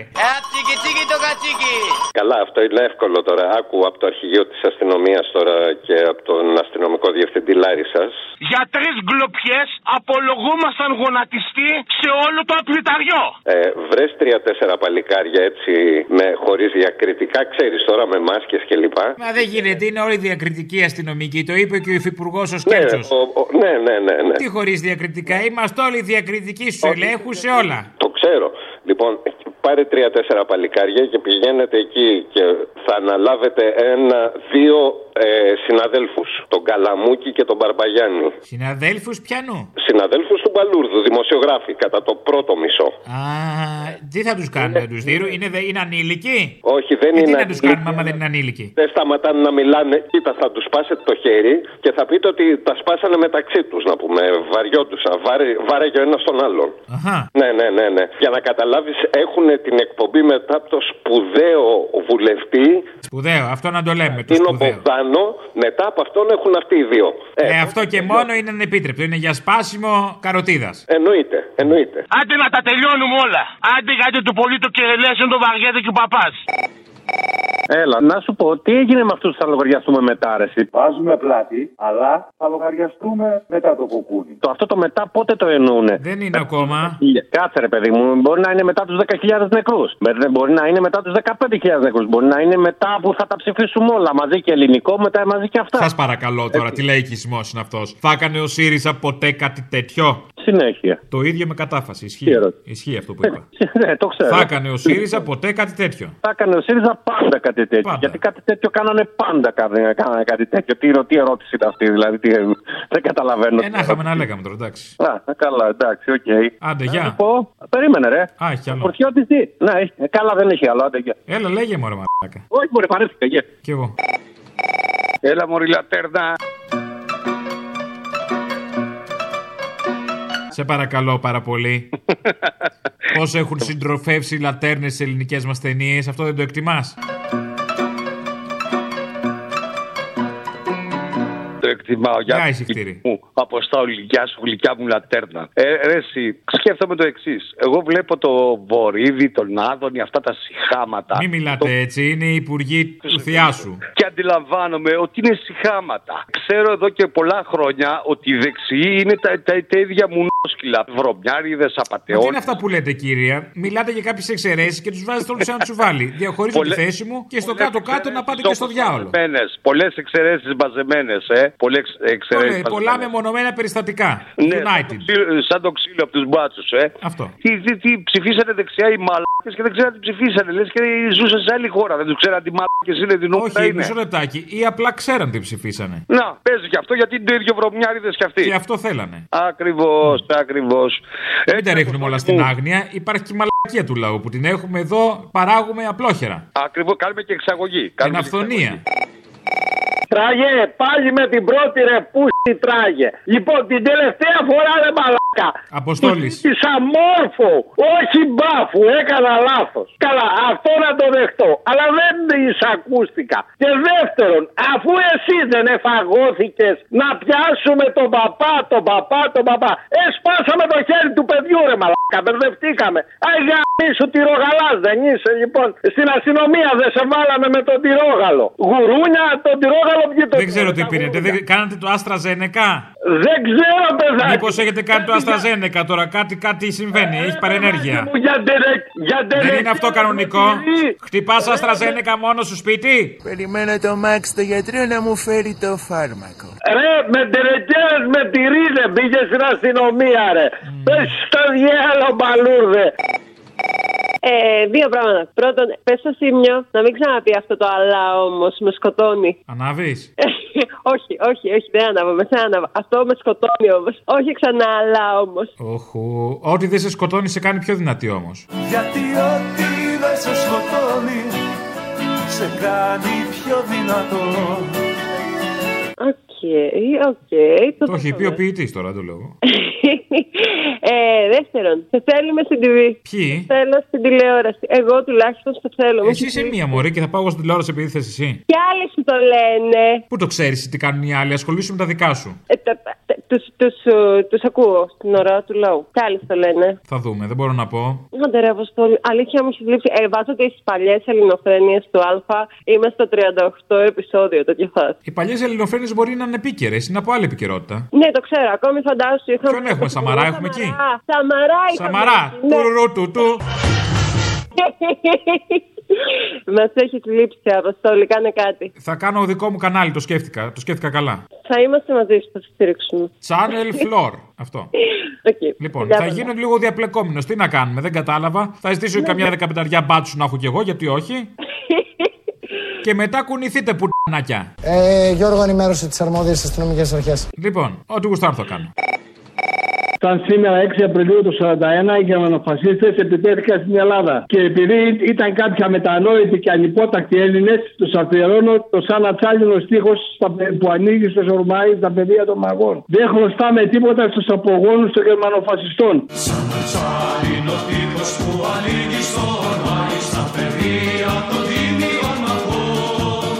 Speaker 10: το κατσίκι.
Speaker 27: Καλά, αυτό είναι εύκολο τώρα. Άκου από το αρχηγείο της αστυνομίας τώρα και από τον αστυνομικό διευθυντή Λάρισα.
Speaker 11: Για τρεις γκλοπιές απολογούμασταν γονατιστή σε όλο το απληταριό.
Speaker 27: Ε, Βρες τρία-τέσσερα παλικάρια έτσι με χωρίς διακριτικά, ξέρεις τώρα με μάσκες κλπ.
Speaker 2: Μα
Speaker 27: Ναι,
Speaker 2: δεν γίνεται, είναι όλη διακριτική αστυνομική. Το είπε και ο υφυπουργός ο
Speaker 27: Ναι,
Speaker 2: Σκέρτσο.
Speaker 27: ο- ο- ναι, ναι, ναι, ναι.
Speaker 2: Τι χωρίς διακριτικά, είμαστε όλοι διακριτικοί στου ελέγχου
Speaker 27: ναι.
Speaker 2: σε όλα.
Speaker 27: Το ξέρω. Λοιπόν, πάρε τρία-τέσσερα παλικάρια και πηγαίνετε εκεί και θα αναλάβετε ένα-δύο ε, συναδέλφους. Τον Καλαμούκη και τον Μπαρμπαγιάννη.
Speaker 2: Συναδέλφους πιανού.
Speaker 27: Συναδέλφους του Μπαλούρδου, δημοσιογράφοι, κατά το πρώτο μισό.
Speaker 2: Α, τι θα τους κάνουμε, να τους δίνουν, είναι, δε- είναι ανήλικοι.
Speaker 27: Ναι. Όχι, δεν
Speaker 2: Ε, τι
Speaker 27: είναι
Speaker 2: να τους κάνουμε άμα δεν είναι ανήλικοι.
Speaker 27: Δεν σταματάνε να μιλάνε. Κοίτα, θα τους σπάσετε το χέρι και θα πείτε ότι τα σπάσανε μεταξύ τους, να πούμε. Βαριόντουσαν. Βάρε, βάρεγε ο ένας τον άλλον.
Speaker 2: Αχα.
Speaker 27: Ναι, ναι, ναι, ναι. Για να καταλάβεις, έχουν την εκπομπή μετά από το σπουδαίο βουλευτή.
Speaker 2: Σπουδαίο, αυτό να το λέμε. Το
Speaker 27: Είναι ο
Speaker 2: σπουδαίο.
Speaker 27: Μπογδάνο. Μετά από αυτόν έχουν αυτοί οι δύο. Ε,
Speaker 2: Ε, αυτό και μόνο είναι ανεπίτρεπτο. Είναι για σπάσιμο καροτίδας.
Speaker 27: Εννοείται, εννοείται.
Speaker 11: Άντε να τα τελειώνουμε όλα. Άντε γιατί του πολύ το κερελέσον το βαριέται και ο παπάς.
Speaker 6: Έλα, να σου πω, τι έγινε με αυτούς που θα λογαριαστούμε μετά, ρε, εσύ.
Speaker 28: Βάζουμε πλάτη, αλλά θα λογαριαστούμε μετά το κοκκούνι.
Speaker 6: Το, αυτό το μετά πότε το εννοούνε. Ε,
Speaker 2: Δεν είναι ακόμα.
Speaker 6: Κάτσε ρε παιδί μου, μπορεί να είναι μετά τους 10.000 νεκρούς. Ε, Μπορεί να είναι μετά τους 15.000 νεκρούς. Μπορεί να είναι μετά που θα τα ψηφίσουμε όλα μαζί και ελληνικό, μετά μαζί και αυτά.
Speaker 2: Σας παρακαλώ τώρα, τι λαϊκισμό είναι αυτός. Θα έκανε ο ΣΥΡΙΖΑ ποτέ κάτι τέτοιο.
Speaker 6: Συνέχεια.
Speaker 2: Το ίδιο με κατάφαση. Ισχύει, Ισχύει αυτό
Speaker 27: Ε,
Speaker 2: που είπα.
Speaker 6: ναι, το ξέρω.
Speaker 2: Θα έκανε ο ΣΥΡΙΖΑ ποτέ κάτι τέτοιο.
Speaker 6: Θα έκανε ο ΣΥΡΙΖΑ πάντα κάτι τέτοιο. Γιατί κάτι τέτοιο κάνανε πάντα κάτι, κάνανε κάτι τέτοιο. Τι, ερω- τι ερώτηση ήταν αυτή, δηλαδή. Τι, δεν καταλαβαίνω.
Speaker 2: Ε, να είχαμε να λέγαμε τώρα, εντάξει.
Speaker 6: Α, καλά, εντάξει, οκ.
Speaker 2: Άντε,
Speaker 6: Να
Speaker 2: γεια.
Speaker 6: σου πω, περίμενε, ρε.
Speaker 2: Α, έχει άλλο.
Speaker 6: Φορτιώτη τι. Να, έχει.
Speaker 3: Ναι,
Speaker 6: Ε, Καλά, δεν έχει άλλο, άντε, γεια.
Speaker 2: Έλα, λέγε μου, ρε μαλάκα.
Speaker 6: Όχι, μπορεί, παρέθηκα, γεια.
Speaker 2: Κι εγώ.
Speaker 6: Έλα, μωρή λατέρνα.
Speaker 2: Σε παρακαλώ πάρα πολύ. Πώς έχουν συντροφεύσει οι λατέρνες στις ελληνικές μας ταινίες, αυτό δεν το εκτιμάς.
Speaker 9: Το εκτιμάω. Γεια
Speaker 2: Γεια,
Speaker 9: σου, γλυκιά μου. Αποστόλη, γεια σου, γλυκιά μου λατέρνα. Ε, ρε, εσύ, σκέφτομαι το εξής. Εγώ βλέπω το Βορύδι, τον Άδωνη, αυτά τα συχάματα.
Speaker 2: Μην μιλάτε έτσι, είναι οι υπουργοί του θεά σου.
Speaker 9: Και αντιλαμβάνομαι ότι είναι συχάματα. ξέρω εδώ και πολλά χρόνια ότι οι δεξιοί είναι τα, τα, τα ίδια μουνόσκυλα. Βρωμιάριδε,
Speaker 6: Ε,
Speaker 2: Μα τι είναι
Speaker 9: απαταιώνε.
Speaker 2: αυτά που λέτε, κύρια. Μιλάτε για κάποιες εξαιρέσεις και τους βάζετε όλου σαν τσουβάλι. Διαχωρίζω τη
Speaker 9: Πολλέ-
Speaker 2: θέση μου και στο κάτω-κάτω να πάτε και στο διάολο.
Speaker 9: Πολλές εξαιρέσεις μπαζεμένες, ε. Πολλές εξαιρέσει.
Speaker 2: Πολλέ- Ε, Πολλά μεμονωμένα περιστατικά.
Speaker 9: Ναι, σαν
Speaker 2: United.
Speaker 9: το, ξύλο, σαν το ξύλο από τους μπάτσους, ε.
Speaker 2: Αυτό.
Speaker 9: Τι, τι, τι ψηφίσανε δεξιά οι μαλάκες και δεν ξέραν τι ψηφίσανε. Λες και ζούσαν σε άλλη χώρα. Δεν τους ξέραν τι μαλάκες είναι, τι νούμερα
Speaker 2: Όχι,
Speaker 9: είναι.
Speaker 2: μισό λεπτάκι. Ή απλά ξέραν τι ψηφίσανε.
Speaker 9: Να, παίζει και αυτό γιατί είναι το ίδιο βρωμιάριδες κι αυτοί. Και
Speaker 2: αυτό θέλανε.
Speaker 9: Ακριβώς, ακριβώ.
Speaker 2: Δεν τα ρίχνουμε όλα στην άγνοια. Υπάρχει και η μαλακία του λαού που την έχουμε εδώ, παράγουμε απλόχερα.
Speaker 9: Ακριβώς, κάνουμε και εξαγωγή. Κάνουμε και
Speaker 2: Αυθονία.
Speaker 3: Τραγέ, Ναι, πάλι με την πρώτη ρε πούστη τράγε. Λοιπόν, την τελευταία φορά ρε μαλάκα.
Speaker 2: Αποστόλης.
Speaker 3: Της αμόρφο, όχι μπάφου, έκανα λάθος. Καλά, αυτό να το δεχτώ. Αλλά δεν εισακούστηκα. Και δεύτερον, αφού εσύ δεν εφαγώθηκες να πιάσουμε τον παπά, τον παπά, τον παπά. Ε, σπάσαμε το χέρι του παιδιού ρε μαλάκα, μπερδευτήκαμε. Αϊ γαμίσου τυρογαλάς δεν είσαι λοιπόν. Στην αστυνομία δεν σε βάλαμε με τον τυρόγαλο. Γουρούνια, τον τυρόγαλο βγει το
Speaker 2: Δεν ξέρω τι πήρετε. Δεν... Κάνατε το Άστρα Ζένεκα.
Speaker 3: Δεν ξέρω, παιδάκι.
Speaker 2: Μήπως έχετε κάνει το Άστρα Ζένεκα τώρα. Κάτι, κάτι συμβαίνει. Έχει παρενέργεια.
Speaker 3: Ε, μου, για ντερεκ, για
Speaker 2: Δεν είναι αυτό κανονικό. Χτυπάς
Speaker 3: Ε,
Speaker 2: Άστρα Ζένεκα μόνο στο σπίτι.
Speaker 12: Περιμένω το Μάξ το γιατρό να μου φέρει το φάρμακο.
Speaker 3: Ρε, με τερεκέρες με τη ρίζε πήγε στην αστυνομία, ρε. Πες στο διάλο, μπαλούρδε.
Speaker 29: Ε, δύο πράγματα. Πρώτον, πες στο Σίμιο να μην ξαναπεί αυτό το αλλά όμως με σκοτώνει.
Speaker 2: Ανάβεις.
Speaker 29: όχι, όχι, όχι, δεν άναβα, με σένα άναβα. Αυτό με σκοτώνει όμως. Όχι ξανά αλλά όμως.
Speaker 2: Όχου. Ό,τι δεν σε σκοτώνει σε κάνει πιο δυνατή όμως.
Speaker 12: Γιατί ό,τι δεν σε σκοτώνει σε κάνει πιο δυνατό.
Speaker 29: Οκ, οκ. Το,
Speaker 2: Το έχει πει ο ποιητής τώρα, δεν το λέω.
Speaker 29: ε, δεύτερον, σε θέλουμε στην TV.
Speaker 2: Ποιοι?
Speaker 29: Σε θέλω στην τηλεόραση. Εγώ τουλάχιστον σε θέλω.
Speaker 2: Εσύ είσαι μία μωρή και θα πάω εγώ στην τηλεόραση επειδή θες εσύ.
Speaker 29: Και άλλοι σου το λένε.
Speaker 2: Πού το ξέρεις τι κάνουν οι άλλοι, ασχολήσου με τα δικά σου.
Speaker 29: Ε, τα- τα- τα- τους, τους, ε, τους ακούω στην ώρα του λαού. Κι άλλοι σου το λένε.
Speaker 2: Θα δούμε, δεν μπορώ να πω.
Speaker 29: Άντε ρε Αποστόλη, αλήθεια μου έχει λείψει. Ε, βάζω τις παλιές ελληνοφρένειες του Α. Είμαι στο 38 επεισόδιο τέτοιο φάση.
Speaker 2: Οι παλιές ελληνοφρένειες μπορεί να είναι επίκαιρε, είναι από άλλη επικαιρότητα.
Speaker 29: Ναι, το ξέρω. Ακόμη φαντάζομαι είχα...
Speaker 2: Ποιον έχουμε, Σαμαρά έχουμε εκεί.
Speaker 29: Α, Σαμαρά είχαμε
Speaker 2: Σαμαρά,
Speaker 29: εκεί, ναι.
Speaker 2: τουρουρού του του.
Speaker 29: Μας έχει λείψει, Αποστόλη. Κάνε κάτι.
Speaker 2: Θα κάνω δικό μου κανάλι, το σκέφτηκα, το σκέφτηκα καλά.
Speaker 29: Θα είμαστε μαζί σου, θα σε στηρίξουμε.
Speaker 2: Channel Floor, αυτό. Λοιπόν,
Speaker 29: Γεια
Speaker 2: θα
Speaker 29: πολλά.
Speaker 2: γίνω λίγο διαπλεκόμενος. Τι να κάνουμε, δεν κατάλαβα. Θα ζητήσω
Speaker 29: Ναι,
Speaker 2: καμιά
Speaker 29: ναι.
Speaker 2: δεκαπενταριά μπάτσου να έχω κι εγώ, γιατί όχι. Και μετά κουνηθείτε που
Speaker 14: Ε, Γιώργο, ενημέρωσε τις αρμόδιες αστυνομικές αρχές.
Speaker 2: Λοιπόν, ό,τι γουστάρω θα κάνω.
Speaker 17: Σαν σήμερα 6 Απριλίου του 41 οι Γερμανοφασίστες επιτέθηκαν στην Ελλάδα. Και επειδή ήταν κάποια μετανόητοι και ανυπότακτοι Έλληνες, τους αφιερώνω το σαν ατσάλινο στίχος στα πε- που ανοίγει στο Σορμάι στα πεδία των μαγών. Δεν χρωστάμε τίποτα στους απογόνους των Γερμανοφασιστών.
Speaker 10: Σαν ατσάλινο τείχος που ανοίγει στο ορμάι στα παιδεία των τίμιων μαχών.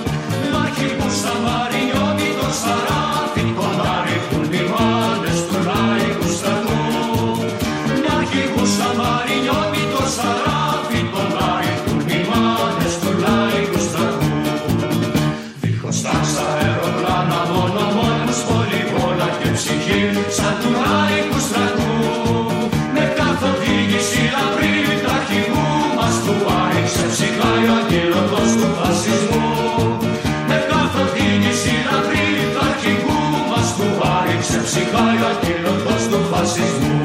Speaker 10: Μάχη που στα μαρινιώτη των σαράφι κοντά ρίχνουν λιμάνες του λαϊκού στρατού. Μάχη που στα μαρινιώτη των σαράφι κοντά ρίχνουν λιμάνες του λαϊκού στρατού. Δίχως τάξη αεροπλάνα μόνο μόνος πολυβόλα και ψυχή σαν του λαϊκού στρατού. Με καθοδήγηση λαμπρή ταχυμού μας που άνοιξε ψηλά η αγγελωτός του φασισμού. Με καθοδήγηση λαμπρή ταχυμού μας που άνοιξε ψηλά η αγγελωτός του φασισμού.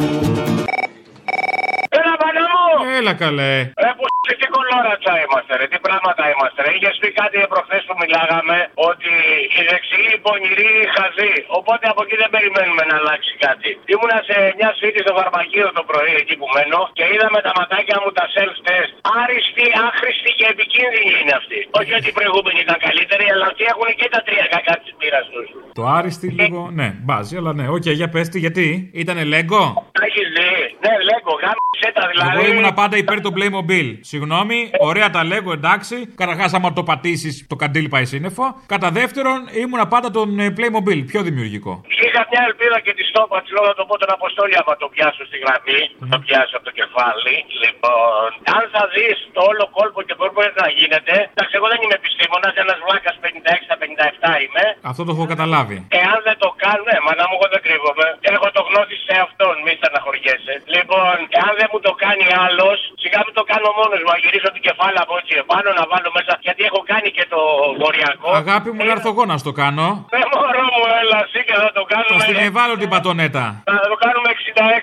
Speaker 11: Έλα, πανά μου!
Speaker 2: Έλα, καλέ.
Speaker 11: Ρε που τι κολόρατσα είμαστε, ρε, τι πράγματα είμαστε. Ρε. Είχες πει κάτι προχθές που μιλάγαμε ότι οι δεξιοί οι πονηροί οι χαζοί. Οπότε από εκεί δεν περιμένουμε να αλλάξει κάτι. Ήμουνα σε μια σπίτι στο βαρμακείο το πρωί εκεί που μένω και είδα με τα ματάκια μου τα self-test. Άριστοι, άχρηστοι και επικίνδυνοι είναι αυτοί. Όχι ότι οι προηγούμενοι ήταν καλύτεροι, αλλά αυτοί έχουν και τα τρία κακά της μοίρα τους.
Speaker 2: Το άριστη λίγο, ναι, μπάζει, αλλά ναι. Οκ, για πες τι, γιατί. Ήτανε λέγκο.
Speaker 11: Τα έχεις δει. Ναι, λέγω, Γάμισέτα δηλαδή.
Speaker 2: Εγώ ήμουν πάντα υπέρ του Playmobil. Συγγνώμη, ωραία τα λέγω, εντάξει. Καταρχάς, άμα το πατήσεις, το καντήλι πάει σύννεφο. Κατά δεύτερον, ήμουν πάντα τον ε, Playmobil, πιο δημιουργικό.
Speaker 11: Είχα μια ελπίδα και τη στόπα της λόγω να το πω τον Αποστόλη άμα το πιάσω στη γραμμή. Θα Το πιάσω από το κεφάλι. Λοιπόν, αν θα δεις το όλο κόλπο και πώ μπορεί να γίνεται. Εντάξει, εγώ δεν είμαι επιστήμονας, ένας βλάκας 56-57 είμαι.
Speaker 2: Αυτό το έχω καταλάβει.
Speaker 11: Εάν δεν το κάνω, ναι, μάνα μου, εγώ δεν κρύβομαι. Έχω το γνώση σε αυτόν, μη στεναχωριέσαι. Λοιπόν, εάν δεν μου το κάνει άλλος, σιγά μην το κάνω μόνος μου. Να γυρίσω την κεφάλα από έτσι επάνω, να βάλω μέσα. Γιατί έχω κάνει και το βορειακό.
Speaker 2: Αγάπη μου, να έρθω εγώ να στο κάνω.
Speaker 11: Ε, μωρό μου, έλα, εσύ και θα το
Speaker 2: Θα
Speaker 11: κάνουμε.
Speaker 2: στην εβάλω την πατονέτα.
Speaker 11: Θα το κάνουμε 66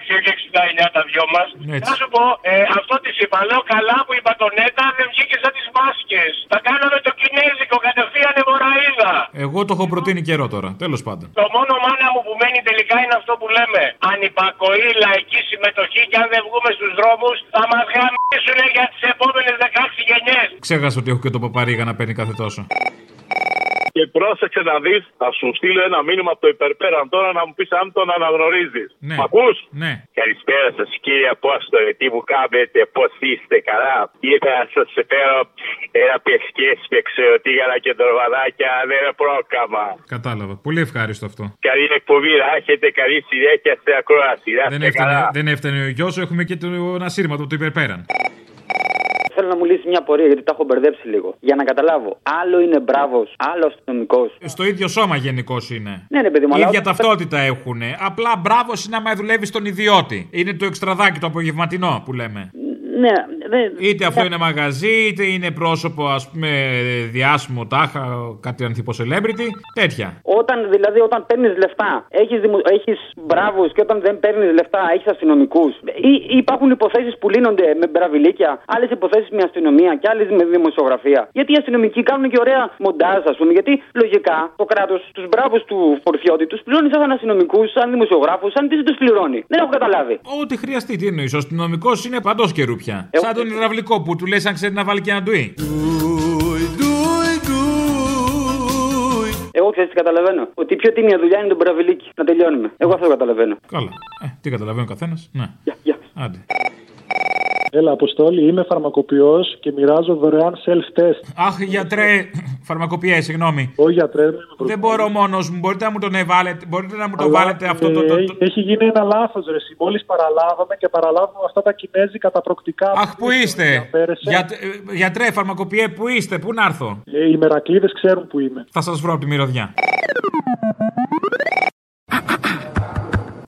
Speaker 11: και 69 τα δυο μας.
Speaker 2: Ναι, Έτσι.
Speaker 11: Να σου πω, ε, αυτό τη είπα. Λέω καλά που είπα τον Έτα, δεν βγήκε σαν τις μάσκες. Τα κάναμε το κινέζικο κατευθείαν εμοραίδα.
Speaker 2: Εγώ το έχω προτείνει καιρό τώρα, τέλος πάντων.
Speaker 11: Το μόνο μάνα μου που μένει τελικά είναι αυτό που λέμε. Ανυπακοή, λαϊκή συμμετοχή και αν δεν βγούμε στους δρόμους θα μας γαμίσουν για τις επόμενες 16 γενιέ.
Speaker 2: Ξέχασα ότι έχω και το παπαρίγα να παίρνει κάθε τόσο.
Speaker 6: Και πρόσεξε να δεις, θα σου στείλω ένα μήνυμα από το υπερπέραν τώρα να μου πεις αν τον αναγνωρίζεις.
Speaker 2: Ναι.
Speaker 6: Μ' ακούς?
Speaker 2: Ναι.
Speaker 6: Καλησπέρα σας, κύριε Απόστολε. Τι μου κάνετε, πώς είστε, καλά. Ήρθα να σας φέρω ένα πεσκέ με ξεροτήγαρα και ντροβαδάκια, δεν είναι πρόκαμα.
Speaker 2: Κατάλαβα. Πολύ ευχάριστο αυτό.
Speaker 6: Καλή εκπομπή, να έχετε καλή συνέχεια στην ακρόαση. Να
Speaker 2: Δεν ναι.
Speaker 6: είστε Ε, καλά.
Speaker 2: έφτανε, δεν έφτανε ο γιος, έχουμε και το, ένα σύρματο από το υπερπέραν.
Speaker 21: Θέλω να μου λύσει μια πορεία γιατί τα έχω μπερδέψει λίγο. Για να καταλάβω. Άλλο είναι μπράβος, άλλο αστυνομικός.
Speaker 2: Στο ίδιο σώμα γενικώς είναι.
Speaker 21: Ναι, ρε παιδί μου, αλλά
Speaker 2: ίδια
Speaker 21: όταν-
Speaker 2: ταυτότητα έχουν. Απλά μπράβος είναι άμα δουλεύεις στον ιδιώτη. Είναι το εξτραδάκι το απογευματινό που λέμε.
Speaker 21: Ναι, δεν.
Speaker 2: Είτε αυτό είναι μαγαζί, είτε είναι πρόσωπο, ας πούμε, διάσημο τάχα, κάτι ανθιπο celebrity. Τέτοια.
Speaker 21: Όταν, δηλαδή, όταν παίρνεις λεφτά, έχεις δημο... έχεις μπράβους και όταν δεν παίρνεις λεφτά, έχεις αστυνομικούς. Υπάρχουν υποθέσεις που λύνονται με μπραβιλίκια, άλλες υποθέσεις με αστυνομία και άλλες με δημοσιογραφία. Γιατί οι αστυνομικοί κάνουν και ωραία μοντάζ, ας πούμε. Γιατί λογικά το κράτος τους μπράβους του Φορτιώτη τους πληρώνει σαν αστυνομικούς, σαν δημοσιογράφους, σαν τι δεν τους πληρώνει. Δεν έχω καταλάβει.
Speaker 2: Ό,τι χρειαστεί, τι εννοείς. Ο αστυνομικός είναι παντός καιρού πια.
Speaker 21: Ε,
Speaker 2: Σαν τον υδραυλικό που του λες αν ξέρει να βάλει και ένα ντουί.
Speaker 21: Εγώ ξέρεις τι καταλαβαίνω. Ότι η πιο τίμια δουλειά είναι το μπραβιλίκι. Να τελειώνουμε. Εγώ αυτό καταλαβαίνω.
Speaker 2: Καλά. Ε, τι καταλαβαίνει ο καθένας. Ναι. Άντε.
Speaker 17: Έλα, Αποστόλη, είμαι φαρμακοποιός και μοιράζω δωρεάν self-test.
Speaker 2: Αχ, γιατρέ. Φαρμακοποιέ, συγγνώμη.
Speaker 17: Όχι, γιατρέ,
Speaker 2: Δεν μπορώ μόνος μου. Μπορείτε να μου τον εβάλετε. Μπορείτε να μου το βάλετε αυτό το.
Speaker 17: Ε,
Speaker 2: το,
Speaker 17: έ- Έχει γίνει ένα λάθος, ρε. Μόλις παραλάβαμε και παραλάβουμε αυτά τα κινέζικα τα προκτικά.
Speaker 2: Αχ, πού είστε. Για, ε, γιατρέ, φαρμακοποιέ, πού είστε, πού να έρθω.
Speaker 17: Ε, οι μερακλείδες ξέρουν που είμαι.
Speaker 2: Θα σας βρω από τη μυρωδιά.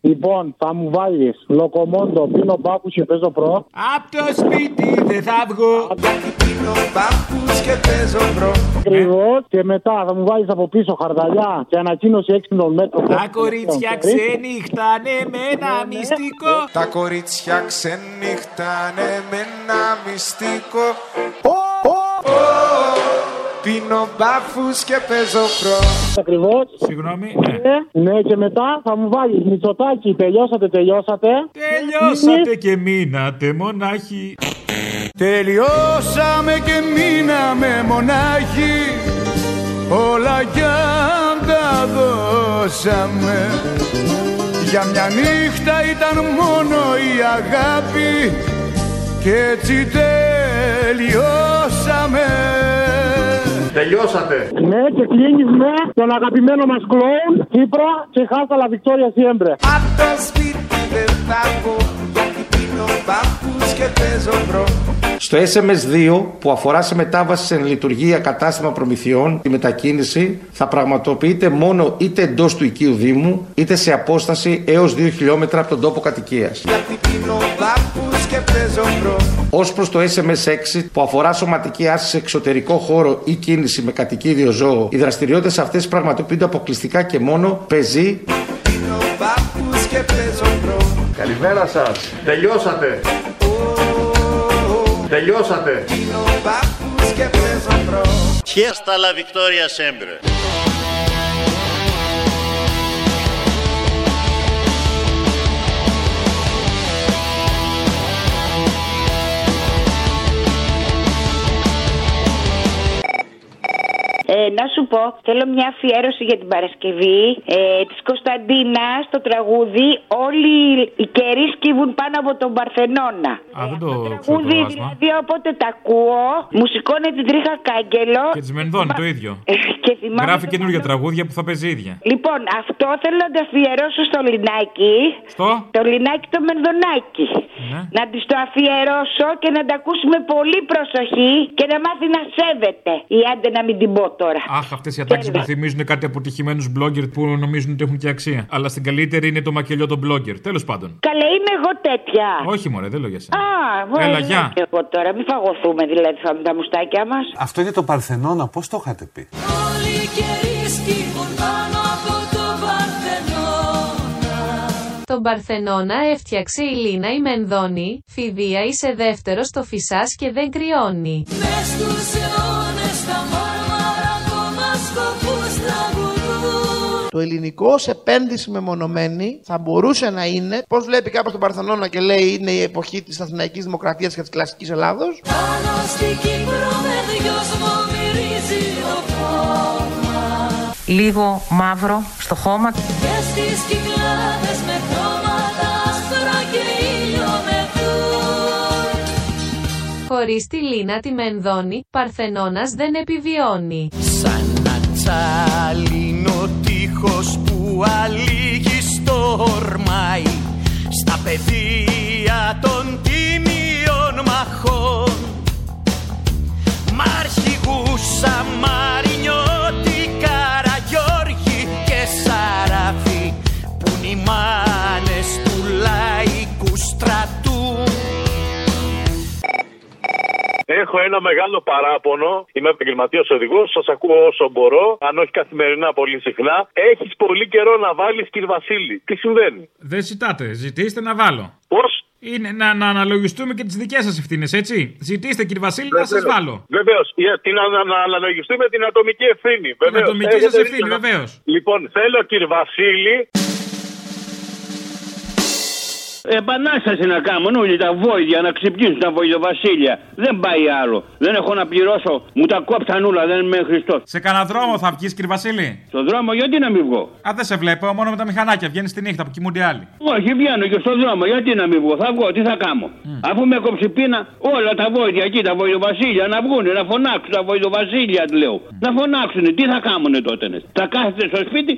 Speaker 17: Λοιπόν, θα μου βάλεις λοκομόντο, πίνω μπάκου και παίζω προ.
Speaker 2: Απ' το σπίτι δεν θα βγω.
Speaker 17: και παίζω προ. Ακριβώς και μετά θα μου βάλεις από πίσω χαρδαλιά και ανακοίνωση 6 μέτρων.
Speaker 2: Τα κορίτσια ξενυχτάνε με ένα μυστικό.
Speaker 10: Τα κορίτσια ξενυχτάνε με ένα μυστικό. Πίνω μπάφους και παίζω προ.
Speaker 17: Ακριβώς.
Speaker 2: Συγγνώμη.
Speaker 17: Ναι. ναι, και μετά θα μου βάλεις μυτσοτάκι. Τελειώσατε, τελειώσατε.
Speaker 13: Ε,
Speaker 2: Τελειώσατε και μείνατε μονάχοι.
Speaker 10: Τελειώσαμε και μείναμε μονάχοι Όλα για τα δώσαμε Για μια νύχτα ήταν μόνο η αγάπη Και έτσι τελειώσαμε Τελειώσατε
Speaker 17: Ναι, και κλείνεις με τον αγαπημένο μας κλόουν Κύπρα και χάσαλα Βικτόρια Σιέμπρε.
Speaker 10: Απ' το σπίτι δεν θα βγω Γιατί πίνω μπάφους και παίζω μπρο
Speaker 19: Στο SMS2 που αφορά σε μετάβαση σε λειτουργία κατάστημα προμηθειών, τη μετακίνηση θα πραγματοποιείται μόνο είτε εντός του οικίου Δήμου, είτε σε απόσταση έως 2 χιλιόμετρα από τον τόπο κατοικίας.
Speaker 10: Πίνω μπάφους και παίζω μπρο
Speaker 19: Ως προς το SMS 6 που αφορά σωματική άσκηση σε εξωτερικό χώρο ή κίνηση με κατοικίδιο ζώο, οι δραστηριότητες αυτές πραγματοποιούνται αποκλειστικά και μόνο πεζή.
Speaker 10: Μπάφους και παίζω μπρο
Speaker 19: Καλημέρα σας. Τελειώσατε. Τελειώσατε.
Speaker 10: Μπάφους και παίζω μπρο
Speaker 30: Και στα La Victoria Sempre.
Speaker 13: Ε, να σου πω, θέλω μια αφιέρωση για την Παρασκευή ε, της Κωνσταντίνα στο τραγούδι Όλοι οι καιροί σκύβουν πάνω από τον Παρθενώνα.
Speaker 2: Α, δεν το ξέρω
Speaker 13: Τραγούδι
Speaker 2: το άσμα.
Speaker 13: δηλαδή, όποτε τα ακούω, μου σηκώνει την τρίχα κάγκελο
Speaker 2: Και της Μενδώνη το ίδιο.
Speaker 13: ε, και θυμάμαι.
Speaker 2: Γράφει καινούργια τραγούδια που θα παίζει η ίδια.
Speaker 13: Λοιπόν, αυτό θέλω να το αφιερώσω στο Λινάκι.
Speaker 2: Στο? Ναι.
Speaker 13: Το Λινάκι το Μενδονάκι. Να της το αφιερώσω και να τα ακούσουμε πολύ προσοχή και να μάθει να σέβεται. Ή άντε να μην την πω τώρα.
Speaker 2: Αχ, αυτές οι ατάξεις που θυμίζουν κάτι αποτυχημένους blogger που νομίζουν ότι έχουν και αξία. Αλλά στην καλύτερη είναι το μακελιό των blogger. Τέλος πάντων.
Speaker 13: Καλέ, είμαι εγώ τέτοια.
Speaker 2: Όχι, μωρέ, δεν λέω για σένα.
Speaker 13: Α,
Speaker 2: Έλα,
Speaker 13: βέβαια.
Speaker 2: γεια.
Speaker 13: Και εγώ τώρα, μην φαγωθούμε δηλαδή φάμε τα μουστάκια μας.
Speaker 31: Αυτό για τον Παρθενώνα, πώς το είχατε πει.
Speaker 10: Όλοι οι καιροί σκύβουν πάνω από τον Παρθενώνα
Speaker 16: Τον Παρθενώνα έφτιαξε η Λίνα η Μενδώνη, φιδία είσαι δεύτερος στο φυσάς και δεν κρυώνει.
Speaker 10: Μες στους αιώνες τα μάρμαρα ακόμα σκοπούς τραγουδούν
Speaker 32: Το ελληνικό σε επένδυση μεμονωμένη θα μπορούσε να είναι. Πώς βλέπει κάποιο τον Παρθενώνα και λέει είναι η εποχή της Αθηναϊκής Δημοκρατίας και της κλασικής Ελλάδος.
Speaker 10: Πάνω στην Κύπρο με δυο σμομυρίζει ο χώμα
Speaker 28: Λίγο μαύρο στο χώμα.
Speaker 10: Και στις κυκλάδες με χρώματα άσπρα και ήλιο με δουν
Speaker 16: Χωρίς τη Λίνα τη Μενδώνη, Παρθενώνας δεν επιβιώνει.
Speaker 10: Σαν
Speaker 30: να
Speaker 10: τσαλίνο τείχος που αλήγει στο ορμάι Στα πεδία των τίμιων μαχών Μ' αρχηγούς Σαμαρινιώτη, Καραγιώργη και Σαράφη Που είναι οι μάνες του λαϊκού στρατού
Speaker 33: Έχω ένα μεγάλο παράπονο. Είμαι επαγγελματίας οδηγός. Σας ακούω όσο μπορώ, αν όχι καθημερινά πολύ συχνά. Έχεις πολύ καιρό να βάλεις, κύριε Βασίλη. Τι συμβαίνει.
Speaker 2: Δεν ζητάτε, ζητήστε να βάλω.
Speaker 33: Πώς?
Speaker 2: Είναι να, να αναλογιστούμε και τις δικές σας ευθύνες, έτσι. Ζητήστε, κύριε Βασίλη, να σας
Speaker 33: Βεβαίως.
Speaker 2: βάλω.
Speaker 33: Βεβαίως. Για- την ανα- να αναλογιστούμε την ατομική ευθύνη. Βεβαίως.
Speaker 2: ατομική
Speaker 33: Έχετε
Speaker 2: σας
Speaker 33: δίκιο.
Speaker 2: ευθύνη, βεβαίως.
Speaker 33: Λοιπόν, θέλω, κύριε Βασίλη,
Speaker 6: Επανάσταση Ε, να κάνουν όλοι τα βόηδια να ξυπνήσουν τα βοηδοβασίλεια. Δεν πάει άλλο. Δεν έχω να πληρώσω. Μου τα κόψαν όλα, δεν είμαι Χριστός.
Speaker 2: Σε κανένα δρόμο θα βγεις, κύριε Βασίλη.
Speaker 6: Στον δρόμο, γιατί να μην βγω.
Speaker 2: Α, δεν σε βλέπω, μόνο με τα μηχανάκια. Βγαίνεις τη νύχτα που κοιμούνται οι άλλοι.
Speaker 6: Όχι, βγαίνω και στον δρόμο, γιατί να μην βγω. Θα βγω, τι θα κάνω. Αφού με κόψει πείνα, όλα τα βόηδια εκεί, τα βοηδοβασίλεια να βγουν, να φωνάξουν τα βοηδοβασίλεια, του λέω. Να φωνάξουν, τι θα κάνουν τότε. ναι. Θα κάθεται στο σπίτι,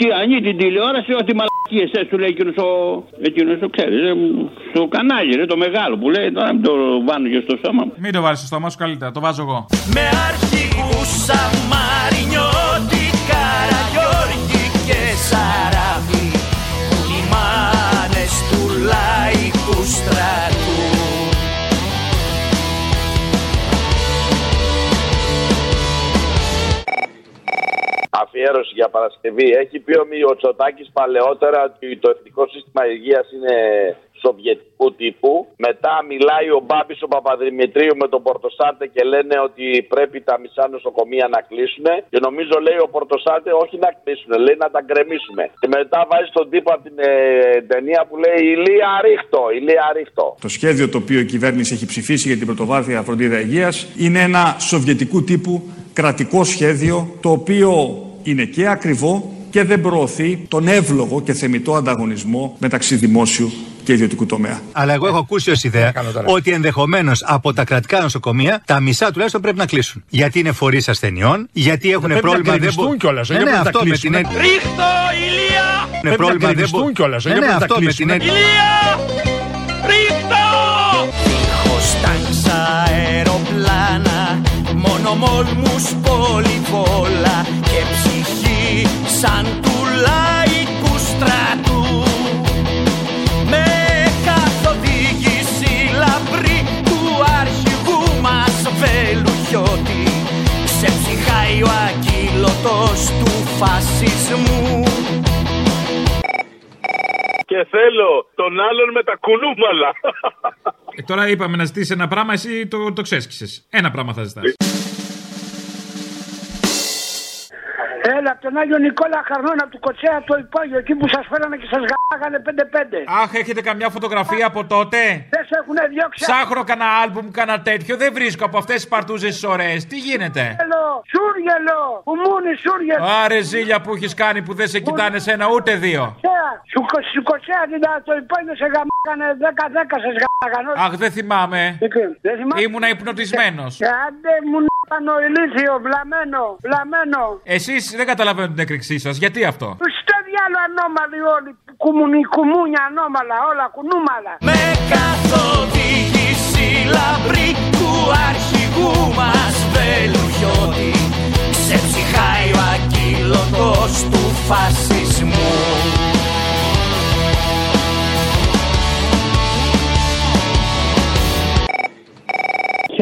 Speaker 6: και ανοίγει την τηλεόραση, ό,τι μαλακίες θες, του λέει εκείνος ο. Εκείνος το ξέρει, στο κανάλι, ρε, το μεγάλο που λέει, τώρα μην το βάνω και στο σώμα.
Speaker 2: Μην το βάλεις στο στόμα σου καλύτερα, το βάζω εγώ.
Speaker 33: Με αρχηγούς
Speaker 10: Σαμαρινιώτη, Καραγιώργη και Σαράφη Που είναι οι μάνες του λαϊκού στρατού
Speaker 9: Αφιέρωση για Παρασκευή. Έχει πει ο Μιωτσοτάκη παλαιότερα ότι το εθνικό σύστημα υγείας είναι σοβιετικού τύπου. Μετά μιλάει ο Μπάμπης ο Παπαδημητρίου με τον Πορτοσάρτε και λένε ότι πρέπει τα μισά νοσοκομεία να κλείσουν. Και νομίζω λέει ο Πορτοσάρτε όχι να κλείσουν, λέει να τα γκρεμίσουμε. Και μετά βάζει τον τύπο από την ε, ταινία που λέει Ηλία ρίχτο, Ηλία ρίχτο.
Speaker 34: Το σχέδιο το οποίο η κυβέρνηση έχει ψηφίσει για την πρωτοβάθμια φροντίδα υγείας είναι ένα σοβιετικού τύπου κρατικό σχέδιο το οποίο είναι και ακριβό και δεν προωθεί τον εύλογο και θεμητό ανταγωνισμό μεταξύ δημόσιου και ιδιωτικού τομέα.
Speaker 35: Αλλά
Speaker 36: Ε,
Speaker 35: εγώ έχω ακούσει ως ιδέα ότι ενδεχομένως από τα κρατικά νοσοκομεία τα μισά τουλάχιστον πρέπει να κλείσουν. Γιατί είναι φορείς ασθενειών, γιατί έχουν
Speaker 36: Πρέπει να
Speaker 35: πρόβλημα.
Speaker 36: κρυβιστούν κιόλας,
Speaker 35: Ναι,
Speaker 36: όχι
Speaker 35: ναι,
Speaker 36: πρέπει να
Speaker 35: αυτό με την
Speaker 36: κλείσουν.
Speaker 35: έννοια.
Speaker 10: Ρίχτω, Ηλία!
Speaker 35: Είναι
Speaker 36: Πρέπει να
Speaker 35: Ναι, πρόβλημα, δεν
Speaker 36: κρυβιστούν
Speaker 35: μπο-
Speaker 36: κιόλας, όχι
Speaker 35: Ναι, ναι,
Speaker 36: πρέπει να
Speaker 35: αυτό
Speaker 36: τα
Speaker 35: με την
Speaker 36: κλείσουν.
Speaker 35: έννοια.
Speaker 10: Ηλία! Ρίχτω! Δίχως τάξα αεροπλάνα Μόνο μόλμους πολυβόλα Και ψυχή σαν του λαϊκού στρατού Με καθοδήγηση λαμπρή Του αρχηγού μας βελουχιώτη Ξεψυχάει ο ακύλωτος του φασισμού
Speaker 33: και θέλω τον άλλον με τα κουνούμαλα.
Speaker 2: Ε, τώρα είπαμε να ζητήσεις ένα πράγμα, εσύ το, το ξέσκησε. Ένα πράγμα θα ζητάς.
Speaker 6: Έλα από τον Άγιο Νικόλα Χαρνόνα του Κοτσέα το υπόγειο, εκεί που σας φέρανε και σας γάγανε 5-5.
Speaker 2: Αχ, έχετε καμιά φωτογραφία από τότε.
Speaker 6: Δεν σε έχουν διώξει.
Speaker 2: Ψάχνω κανένα άλμπουμ, κανένα τέτοιο. Δεν βρίσκω από αυτές τις παρτούζες τις ωραίες. Τι
Speaker 6: Ε,
Speaker 2: γίνεται.
Speaker 6: Σούργελο, σούργελο, ουμούνι, σούργελο.
Speaker 2: Ναι. Άρε ζήλια που έχεις κάνει που δεν σε κοιτάνε σένα ούτε δύο.
Speaker 6: Κοτσέα, Σου, κο- σου κοτσέα κοιτά το υπόγειο σε γαμάγανε 10-10 σα γάγανε.
Speaker 2: Αχ, δεν θυμάμαι.
Speaker 6: Δεν θυμάμαι.
Speaker 2: Ήμουνα υπνοτισμένος.
Speaker 6: Ε,
Speaker 26: Ε,
Speaker 6: Άντε μου να πάνω ηλίθιο, βλαμμένο, βλαμμένο.
Speaker 2: Εσείς δεν καταλαβαίνω την έκρηξή σας. Γιατί αυτό.
Speaker 6: Στο διάλο ανώμαλοι όλοι, κουμουνι, κουμούνια ανώμαλα, όλα κουνούμαλα.
Speaker 10: καθοδήγηση λαμπρή του αρχηγού μας Βελουχιώτη σε ψυχάει ο ακύλωτος του φασισμού
Speaker 26: ε,